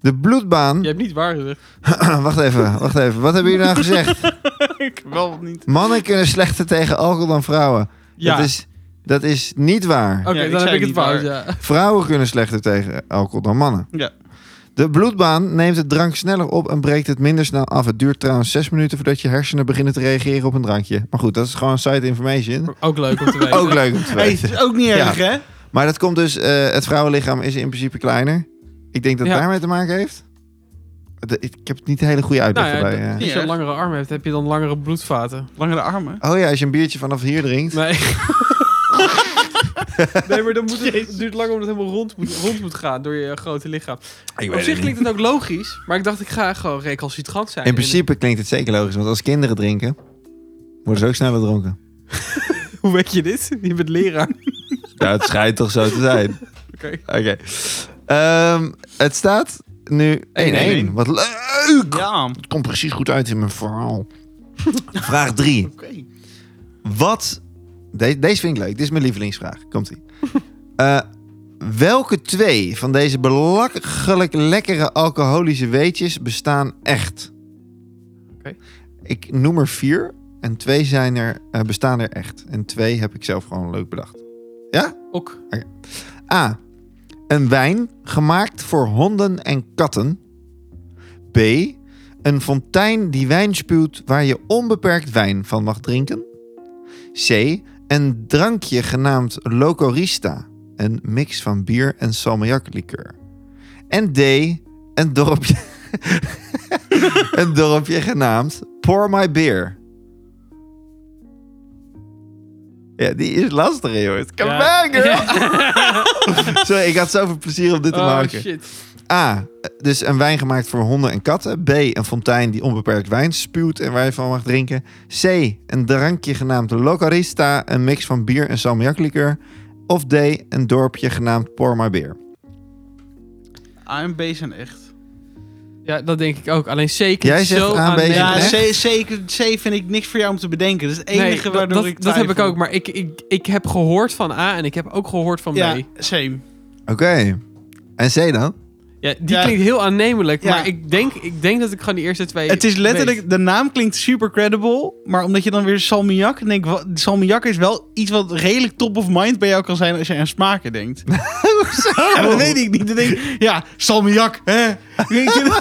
C: De bloedbaan.
B: Je hebt niet waar gezegd.
C: wacht even, wacht even. Wat hebben jullie nou gezegd?
A: ik wel niet.
C: Mannen kunnen slechter tegen alcohol dan vrouwen.
B: Ja.
C: Dat, is, dat is niet waar.
B: Oké,
A: Ja, ik
B: dan
A: zei
B: heb ik het
A: niet
B: fout.
A: waar.
B: Ja.
C: Vrouwen kunnen slechter tegen alcohol dan mannen.
A: Ja.
C: De bloedbaan neemt het drank sneller op en breekt het minder snel af. Het duurt trouwens zes minuten voordat je hersenen beginnen te reageren op een drankje. Maar goed, dat is gewoon side information.
B: Ook leuk om te weten.
C: Ook leuk om te
A: Hey,
C: weten.
A: het is ook niet erg, hè?
C: Maar dat komt dus, eh, het vrouwenlichaam is in principe kleiner. Ik denk dat het
B: Ja.
C: daarmee te maken heeft. De- ik heb het niet de hele goede uitleg
B: Nou ja,
C: erbij.
B: dat-
A: ja.
B: Als je een langere arm hebt, heb je dan langere bloedvaten.
A: Langere armen.
C: Oh ja, als je een biertje vanaf hier drinkt.
B: Nee. nee, maar dan moet het, het duurt lang omdat het helemaal rond moet, rond moet gaan door je grote lichaam. Op zich klinkt het ook logisch, maar ik dacht ik ga gewoon recalcitrant zijn.
C: In principe klinkt het zeker logisch, want als kinderen drinken, worden ze ook sneller dronken.
B: En- hoe weet je dit? Je bent leraar.
C: Ja, het schijnt toch zo te zijn.
B: Oké.
C: Oké. Ehm, het staat nu 1-1.
A: 1-1.
C: Wat leuk!
A: Ja.
C: Het komt precies goed uit in mijn verhaal. Vraag 3.
A: Oké.
C: Wat? De- deze vind ik leuk. Dit is mijn lievelingsvraag. Komt ie. Eh, welke twee van deze belachelijk lekkere alcoholische weetjes bestaan echt?
B: Oké.
C: Ik noem er vier en twee zijn er, eh, bestaan er echt. En twee heb ik zelf gewoon leuk bedacht.
B: Ook.
C: A. Een wijn gemaakt voor honden en katten. B. Een fontein die wijn spuwt waar je onbeperkt wijn van mag drinken. C. Een drankje genaamd Locorista. Een mix van bier en salmiaklikeur. En D. Een dorpje... een dorpje genaamd Pour My Beer. Ja, die is lastig, joh. Het kan
B: Ja.
C: mij, girl. Sorry, ik had zoveel plezier om dit te
B: Oh
C: maken.
B: shit.
C: A. Dus een wijn gemaakt voor honden en katten. B. Een fontein die onbeperkt wijn spuwt en waar je van mag drinken. C. Een drankje genaamd Locarista, een mix van bier en salmiaklikeur. Of D. Een dorpje genaamd Por My Beer.
A: A en B zijn echt.
B: Ja, dat denk ik ook. Alleen zeker
C: Jij zegt
B: zo
C: aanwezig,
B: aanwezig.
A: Ja,
C: echt?
A: C, C, C vind ik niks voor jou om te bedenken. Dat is het enige
B: Nee, dat-
A: waardoor
B: dat,
A: ik
B: dat heb ik
A: twijfel.
B: ook, maar ik, ik, ik heb gehoord van A en ik heb ook gehoord van B. Ja,
A: Ja, same.
C: Oké. En C dan?
B: die
A: Ja.
B: klinkt heel aannemelijk,
A: Ja.
B: maar ik denk, ik denk dat ik gewoon die eerste twee.
A: Het is letterlijk,
B: weet.
A: de naam klinkt super credible, maar omdat je dan weer salmiak, dan denk ik, wa- salmiak is wel iets wat redelijk top of mind bij jou kan zijn als je aan smaken denkt. Ja, dat weet ik niet. Dan denk ik, ja, salmiak, hè? Weet je dat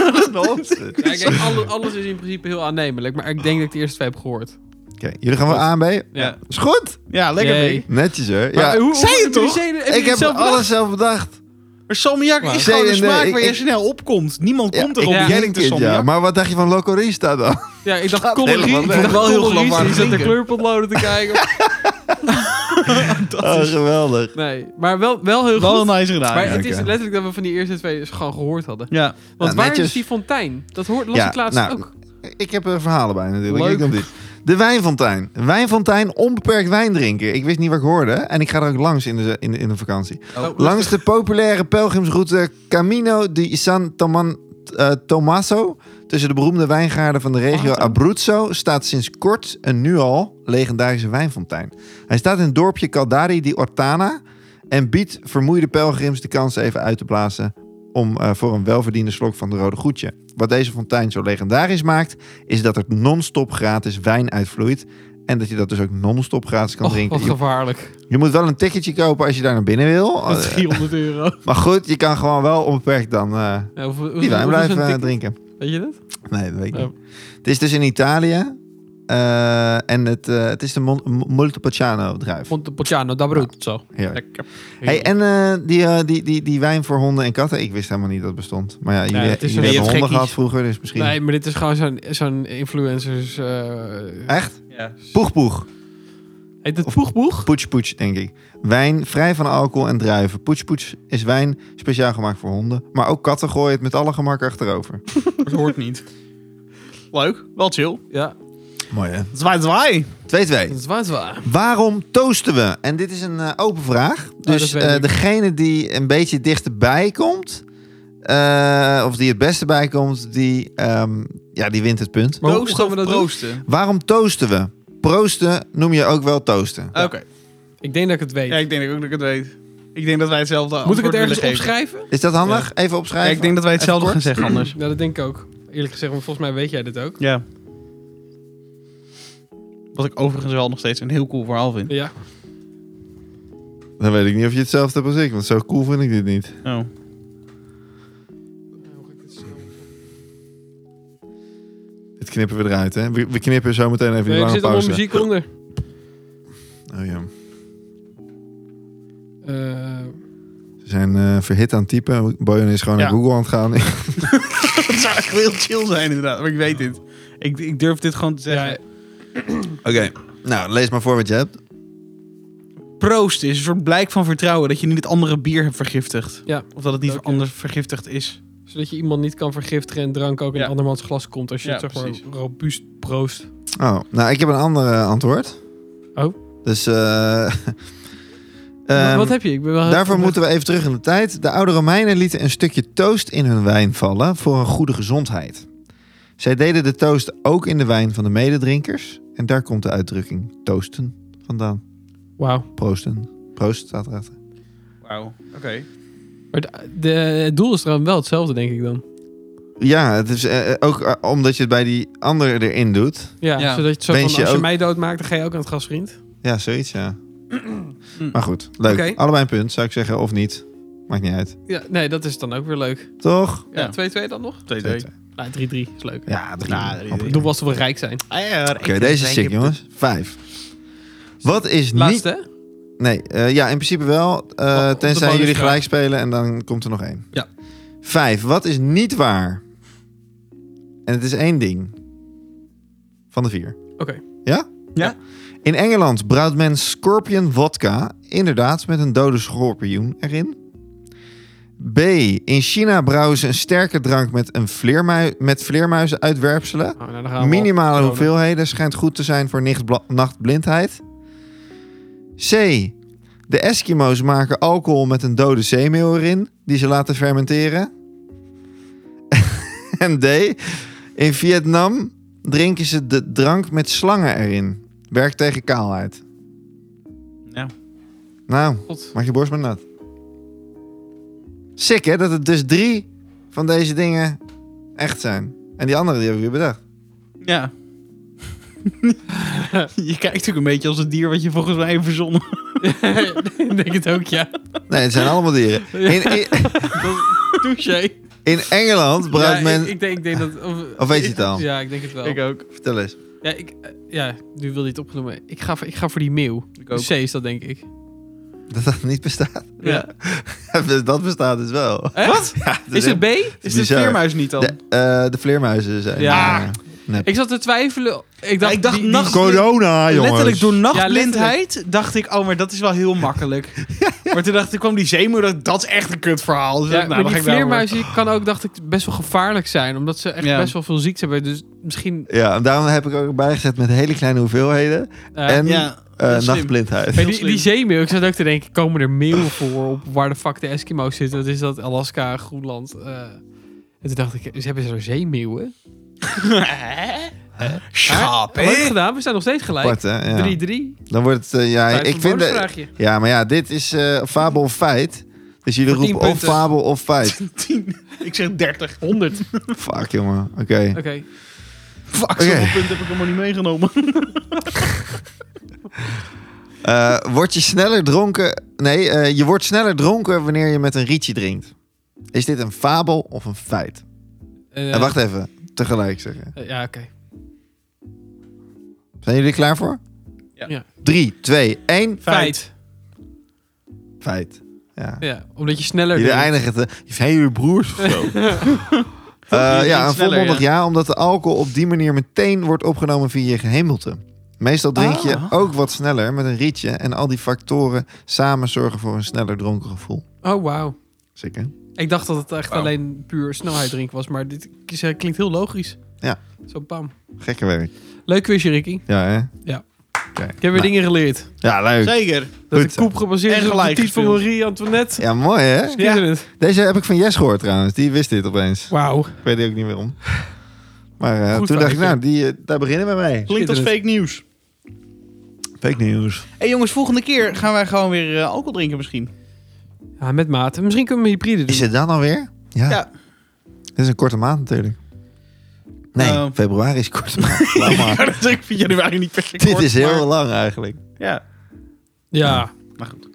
B: Ja, ik denk, alle- alles is in principe heel aannemelijk, maar ik denk dat ik de eerste twee heb gehoord.
C: Oké, jullie gaan wel A en B?
B: Ja.
C: Is goed.
A: Ja, lekker
B: Yay.
A: mee.
C: Netjes hoor.
B: Maar
C: Ja,
B: hoe- hoe-
A: zei je
B: hoe-
A: toch?
B: zei- heb je
C: ik
B: het
C: heb
B: zelf bedacht?
C: alles zelf bedacht.
A: Maar salmiak
B: Maar-
A: is gewoon een
C: Nee, nee,
A: smaak
C: ik-
A: waar je
C: ik-
A: snel op komt. Niemand komt
C: Ja,
A: erop.
B: ik
A: Ja,
C: jij denkt het, ja. Maar wat dacht je van Locorista dan?
B: Ja, ik dacht
C: Staat
B: Collerie.
C: helemaal
B: Ik
C: nergens.
B: dacht
A: Wel
B: wel
A: heel
B: heel geloofwaardig.
A: geloofwaardig
B: Ik zat de
A: klinken.
B: kleurpotloden te kijken.
C: Oh, geweldig.
B: Nee, maar wel, wel heel
A: Wel
B: goed.
A: nice gedaan.
B: Maar
A: ja.
B: het is
C: oké.
B: letterlijk dat we van die eerste twee dus gewoon gehoord hadden.
A: Ja.
B: Want
C: Nou,
B: waar
C: netjes.
B: is die fontein? Dat hoort las
C: Ja,
B: ik laatst
C: nou,
B: ook.
C: Ik heb er verhalen bij natuurlijk.
B: Leuk.
C: Ik doe dit. De wijnfontein. Wijnfontein, onbeperkt wijn drinken. Ik wist niet wat ik hoorde. En ik ga er ook langs in de, in de, in de vakantie.
B: Oh,
C: Langs de populaire pelgrimsroute Camino di San Toman, eh, Tommaso, tussen de beroemde wijngaarden van de
B: Oh.
C: regio Abruzzo, staat sinds kort een nu al legendarische wijnfontein. Hij staat in het dorpje Caldari di Ortana en biedt vermoeide pelgrims de kans even uit te blazen om, eh, voor een welverdiende slok van de rode goedje. Wat deze fontein zo legendarisch maakt, is dat er non-stop gratis wijn uitvloeit. En dat je dat dus ook non-stop gratis kan
B: Och,
C: drinken.
B: Oh, wat
C: Je,
B: gevaarlijk.
C: je moet wel een ticketje kopen als je daar naar binnen wil.
B: Dat is
C: Eh,
B: 300 euro.
C: maar goed, je kan gewoon wel onbeperkt dan eh
B: Ja, hoeveel- hoeveel-
C: die wijn
B: hoeveel is
C: blijven
B: dus een
C: eh,
B: tik-
C: drinken.
B: Weet je dat?
C: Nee, dat weet ik
B: Ja.
C: niet. Het is dus in Italië. eh, en het, eh, het is de Mon- M- Montepulciano druif.
B: Montepulciano d'Abruzzo.
C: Heerlijk.
B: Lekker.
C: Hey, en eh, die, eh, die, die, die wijn voor honden en katten, ik wist helemaal niet dat het bestond. Maar ja, jullie,
B: het is
C: jullie
B: een-
C: hebben
A: je hebt
C: honden
A: gekkies.
C: gehad vroeger, dus misschien...
B: Nee, maar dit is gewoon zo'n zo'n influencers... eh
C: Echt?
A: Ja.
C: Poeg poeg.
B: heet het poegboeg?
C: Poets poets, denk ik. Wijn vrij van alcohol en druiven. Poets poets is wijn speciaal gemaakt voor honden. Maar ook katten gooien het met alle gemak achterover.
A: Dat hoort niet. Leuk. Wel chill.
B: Ja,
C: Mooi hè?
A: Zwaai, zwaai.
C: 2-2.
B: dat is waar. het waar.
C: Waarom toosten we? En dit is een eh, open vraag. Dus
B: Oh, weet
C: eh,
B: ik.
C: degene die een beetje dichterbij komt, eh, of die het beste bij komt, die, ehm, ja, die wint het punt.
B: Maar hoe
A: Proosten
B: gaan we
A: of
B: dat doen?
A: proosten?
C: Waarom toosten we? Proosten noem je ook wel toosten.
A: Oké.
B: Ik denk dat ik het weet.
A: Ja, ik denk ook dat ik het weet. Ik denk dat wij hetzelfde
B: Moet ik het
A: antwoord willen
B: ergens
A: geven.
B: opschrijven?
C: Is dat handig? Even opschrijven.
A: Ja, ik denk dat wij hetzelfde
C: Even
A: gaan
C: kort.
A: zeggen anders.
B: Ja, dat denk ik ook. Eerlijk gezegd, want volgens mij weet jij dit ook.
A: Ja. Wat ik overigens wel nog steeds een heel cool verhaal vind.
B: Ja.
C: Dan weet ik niet of je hetzelfde hebt als ik, want zo cool vind ik dit niet.
A: Oh.
C: Dit knippen we eruit, hè? We, we knippen zo meteen even die
B: Nee, er
C: lange
B: zit allemaal
C: pauze.
B: muziek onder.
C: Oh ja.
B: Eh,
C: Ze zijn eh, verhit aan het typen. Boyan is gewoon
A: Ja.
C: naar Google aan het gaan.
A: Dat zou echt heel chill zijn inderdaad, maar ik weet dit. Ik, ik durf dit gewoon te zeggen.
B: ja,
C: Oké, nou, lees maar voor wat je hebt.
A: Proost is een soort blijk van vertrouwen dat je niet het andere bier hebt vergiftigd.
B: Ja.
A: Of dat het niet
B: Oké.
A: anders vergiftigd is.
B: zodat je iemand niet kan vergiftigen en drank ook in
A: Ja.
B: andermans glas komt als je
A: Ja,
B: het zeg maar
A: precies.
B: robuust proost.
C: Oh, nou, ik heb een ander antwoord.
B: Oh.
C: Dus, eh,
B: wat,
C: ehm,
B: wat heb je? Ik ben wel
C: Daarvoor moeten we even terug in de tijd. De oude Romeinen lieten een stukje toast in hun wijn vallen voor een goede gezondheid. Zij deden de toast ook in de wijn van de mededrinkers. En daar komt de uitdrukking toosten vandaan.
B: Wauw.
C: Proosten. Proost staat erachter.
A: Wauw, oké.
B: Maar de, de- het doel is dan wel hetzelfde, denk ik dan.
C: Ja, het is eh, ook eh, omdat je het bij die ander erin doet.
B: Ja,
A: Ja.
B: zodat je het zo
C: Wens
B: van,
C: je
B: als je
C: ook-
B: mij doodmaakt, dan ga je ook aan het gas, vriend.
C: Ja, zoiets, ja. Maar goed, leuk.
B: Oké.
C: Allebei een punt, zou ik zeggen, of niet. Maakt niet uit.
B: Ja, nee, dat is dan ook weer leuk.
C: Toch?
A: Ja.
B: Ja, 2-2 dan nog?
A: Twee,
C: Twee,
A: twee.
C: twee.
B: Nou, 3-3 is leuk.
C: Ja, drie.
A: Nou, drie,
C: Hoppakee.
B: Ik doe wel alsof we rijk zijn.
C: Oké, deze is sick, jongens. Vijf. Wat is niet...
B: Laatste, hè?
C: Nee, eh, ja, in principe wel. eh,
B: Op- op de
C: tenzij
B: bonusvraag.
C: jullie gelijk spelen en dan komt er nog één.
B: Ja.
C: Vijf. Wat is niet waar? En het is één ding. Van de vier.
B: Oké. Nou,
C: Ja?
A: Ja.
C: In Engeland brouwt men scorpion vodka. Inderdaad, met een dode schorpioen erin. B. In China brouwen ze een sterke drank met, een vleermui met vleermuizen uitwerpselen.
B: Oh, nou, dan gaan we
C: Minimale
B: op-
C: hoeveelheden schijnt goed te zijn voor nicht- nachtblindheid. C. De Eskimo's maken alcohol met een dode zeemeel erin, die ze laten fermenteren. MD. In Vietnam drinken ze de drank met slangen erin. Werkt tegen kaalheid.
A: Ja.
C: Nou,
B: God.
C: maak je borst maar nat. Sick hè, dat het dus drie van deze dingen echt zijn. En die andere die hebben we weer bedacht.
A: Ja. je kijkt natuurlijk een beetje als een dier wat je volgens mij heeft verzonnen.
B: Ik denk het ook, ja.
C: Nee, het zijn allemaal dieren. In, in,
B: Touché.
C: in Engeland
B: Ja,
C: bruikt
B: ik-
C: men...
B: Ik, denk, ik denk dat... Of,
C: Of weet je het al?
B: Ja, ik denk het wel.
A: ook.
C: Vertel eens.
B: Ja, ik, eh, ja, nu wil je het opgenomen. Ik ga, voor- ik ga voor die meeuw.
A: Ik
B: De
A: ook.
B: C is dat, denk ik.
C: Dat dat niet bestaat.
B: Ja.
C: dat bestaat dus wel.
B: Wat?
C: Ja, dat
B: Is het B?
A: Is de
C: Bizar.
A: vleermuis niet dan?
C: De, eh, de vleermuizen zijn.
B: Ja.
C: eh,
B: Ik zat te twijfelen. Ik dacht,
A: ik dacht
B: die- die-
A: nacht-
C: corona, Ah, jongens.
A: Letterlijk door
B: Ja,
A: nachtblindheid dacht ik, oh, maar dat is wel heel makkelijk. Maar toen dacht ik, kwam die zeemoer, dat- dat is echt een kutverhaal. Dus
B: Ja,
A: ik, nou,
B: maar
A: dan
B: die
A: ga ik daarover.
B: vleermuis die kan ook, dacht ik, best wel gevaarlijk zijn. Omdat ze echt
A: Ja.
B: best wel veel ziekte hebben. Dus misschien...
C: Ja, en daarom heb ik ook erbij gezet met hele kleine hoeveelheden.
B: eh,
C: en
A: Ja,
C: eh,
A: dat is slim.
C: nachtblindheid.
B: Maar
A: Heel
B: die,
A: slim.
B: die zeemeeuw, ik zat ook te denken, komen er meeuwen voor op waar de fuck de Eskimo's zitten? Wat is dat? Alaska, Groenland. eh. en toen dacht ik, ze hebben ze er zeemeeuwen? Eh,
A: Schaap,
B: Leuk gedaan, we zijn nog steeds gelijk. 3-3.
C: Apart, hè? Ja. Dan wordt het... eh, ja,
B: Tijd
C: ik
B: voor
C: vind... eh,
B: bonusvraagje.
C: ja, maar ja, dit is eh, fabel of feit. Dus jullie
B: Voor tien
C: roepen of
B: punten.
C: fabel of feit.
A: 10. Ik zeg 30.
B: 100. Oké.
C: Fuck, jongen. Oké.
A: Fuck,
C: Oké.
A: zoveel punten heb ik helemaal niet meegenomen.
C: Eh, word je sneller dronken... Nee, eh, je wordt sneller dronken wanneer je met een rietje drinkt. Is dit een fabel of een feit?
B: Eh,
C: En wacht even. Tegelijk zeggen.
B: eh, ja, oké.
C: Zijn jullie er klaar voor?
A: Ja.
B: Ja.
C: 3, 2, 1.
B: Feit.
C: Feit. Ja.
B: Ja, omdat je sneller...
C: Jullie
B: bent.
C: eindigen het... Je hebt jullie broers of zo. Eh, ja,
A: sneller,
C: een volmondig
A: ja.
C: ja. omdat de alcohol op die manier meteen wordt opgenomen via je gehemelte. Meestal drink je
A: Ah.
C: ook wat sneller met een rietje en al die factoren samen zorgen voor een sneller dronken gevoel.
B: Oh, wauw.
C: Zeker.
B: Ik dacht dat het echt
A: Wauw.
B: alleen puur snelheid drinken was, maar dit k- ze- klinkt heel logisch.
C: Ja.
B: Zo bam.
C: Gekke werk.
B: Leuk quizje, Ricky.
C: Ja, hè?
B: Ja.
C: Oké.
B: Ik heb weer
C: Nou,
B: dingen geleerd.
C: Ja, leuk.
A: Zeker.
B: Dat
C: Goed
B: de
C: zo.
B: koep gebaseerd
A: En
B: is op de
A: gelijk
B: titel van
A: gespeeld.
B: Marie-Antoinette.
C: Ja, mooi hè?
B: Ja.
C: Deze heb ik van Jess gehoord trouwens. Die wist dit opeens.
B: Wauw.
C: Ik weet ook niet waarom. Maar eh,
B: Goed
C: toen dacht ik,
B: feitje.
C: nou, die, eh, daar beginnen we mee.
A: Klinkt als
B: Schitterend.
A: fake nieuws.
C: Fake nieuws.
A: hey jongens, volgende keer gaan wij gewoon weer eh, alcohol drinken misschien.
B: Ja, met mate. Misschien kunnen we een hybride doen.
C: Is het dan alweer? Ja.
A: Ja.
C: Dit is een korte maand natuurlijk. Nee,
A: Eh,
B: Nou.
C: februari is een korte maand. Laat maar.
A: Maar dat ik vind januari niet per se
C: Dit
A: kort,
C: is heel
A: maar-
C: lang eigenlijk.
A: Ja.
B: Ja.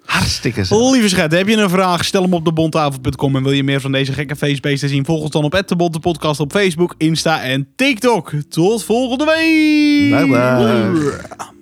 C: Hartstikke zo.
A: Lieve schatten, heb je een vraag? Stel hem op debondtafel.com. En wil je meer van deze gekke feestbeesten zien? Volg ons dan op @debond de podcast op Facebook, Insta en TikTok. Tot volgende week!
C: Bye bye.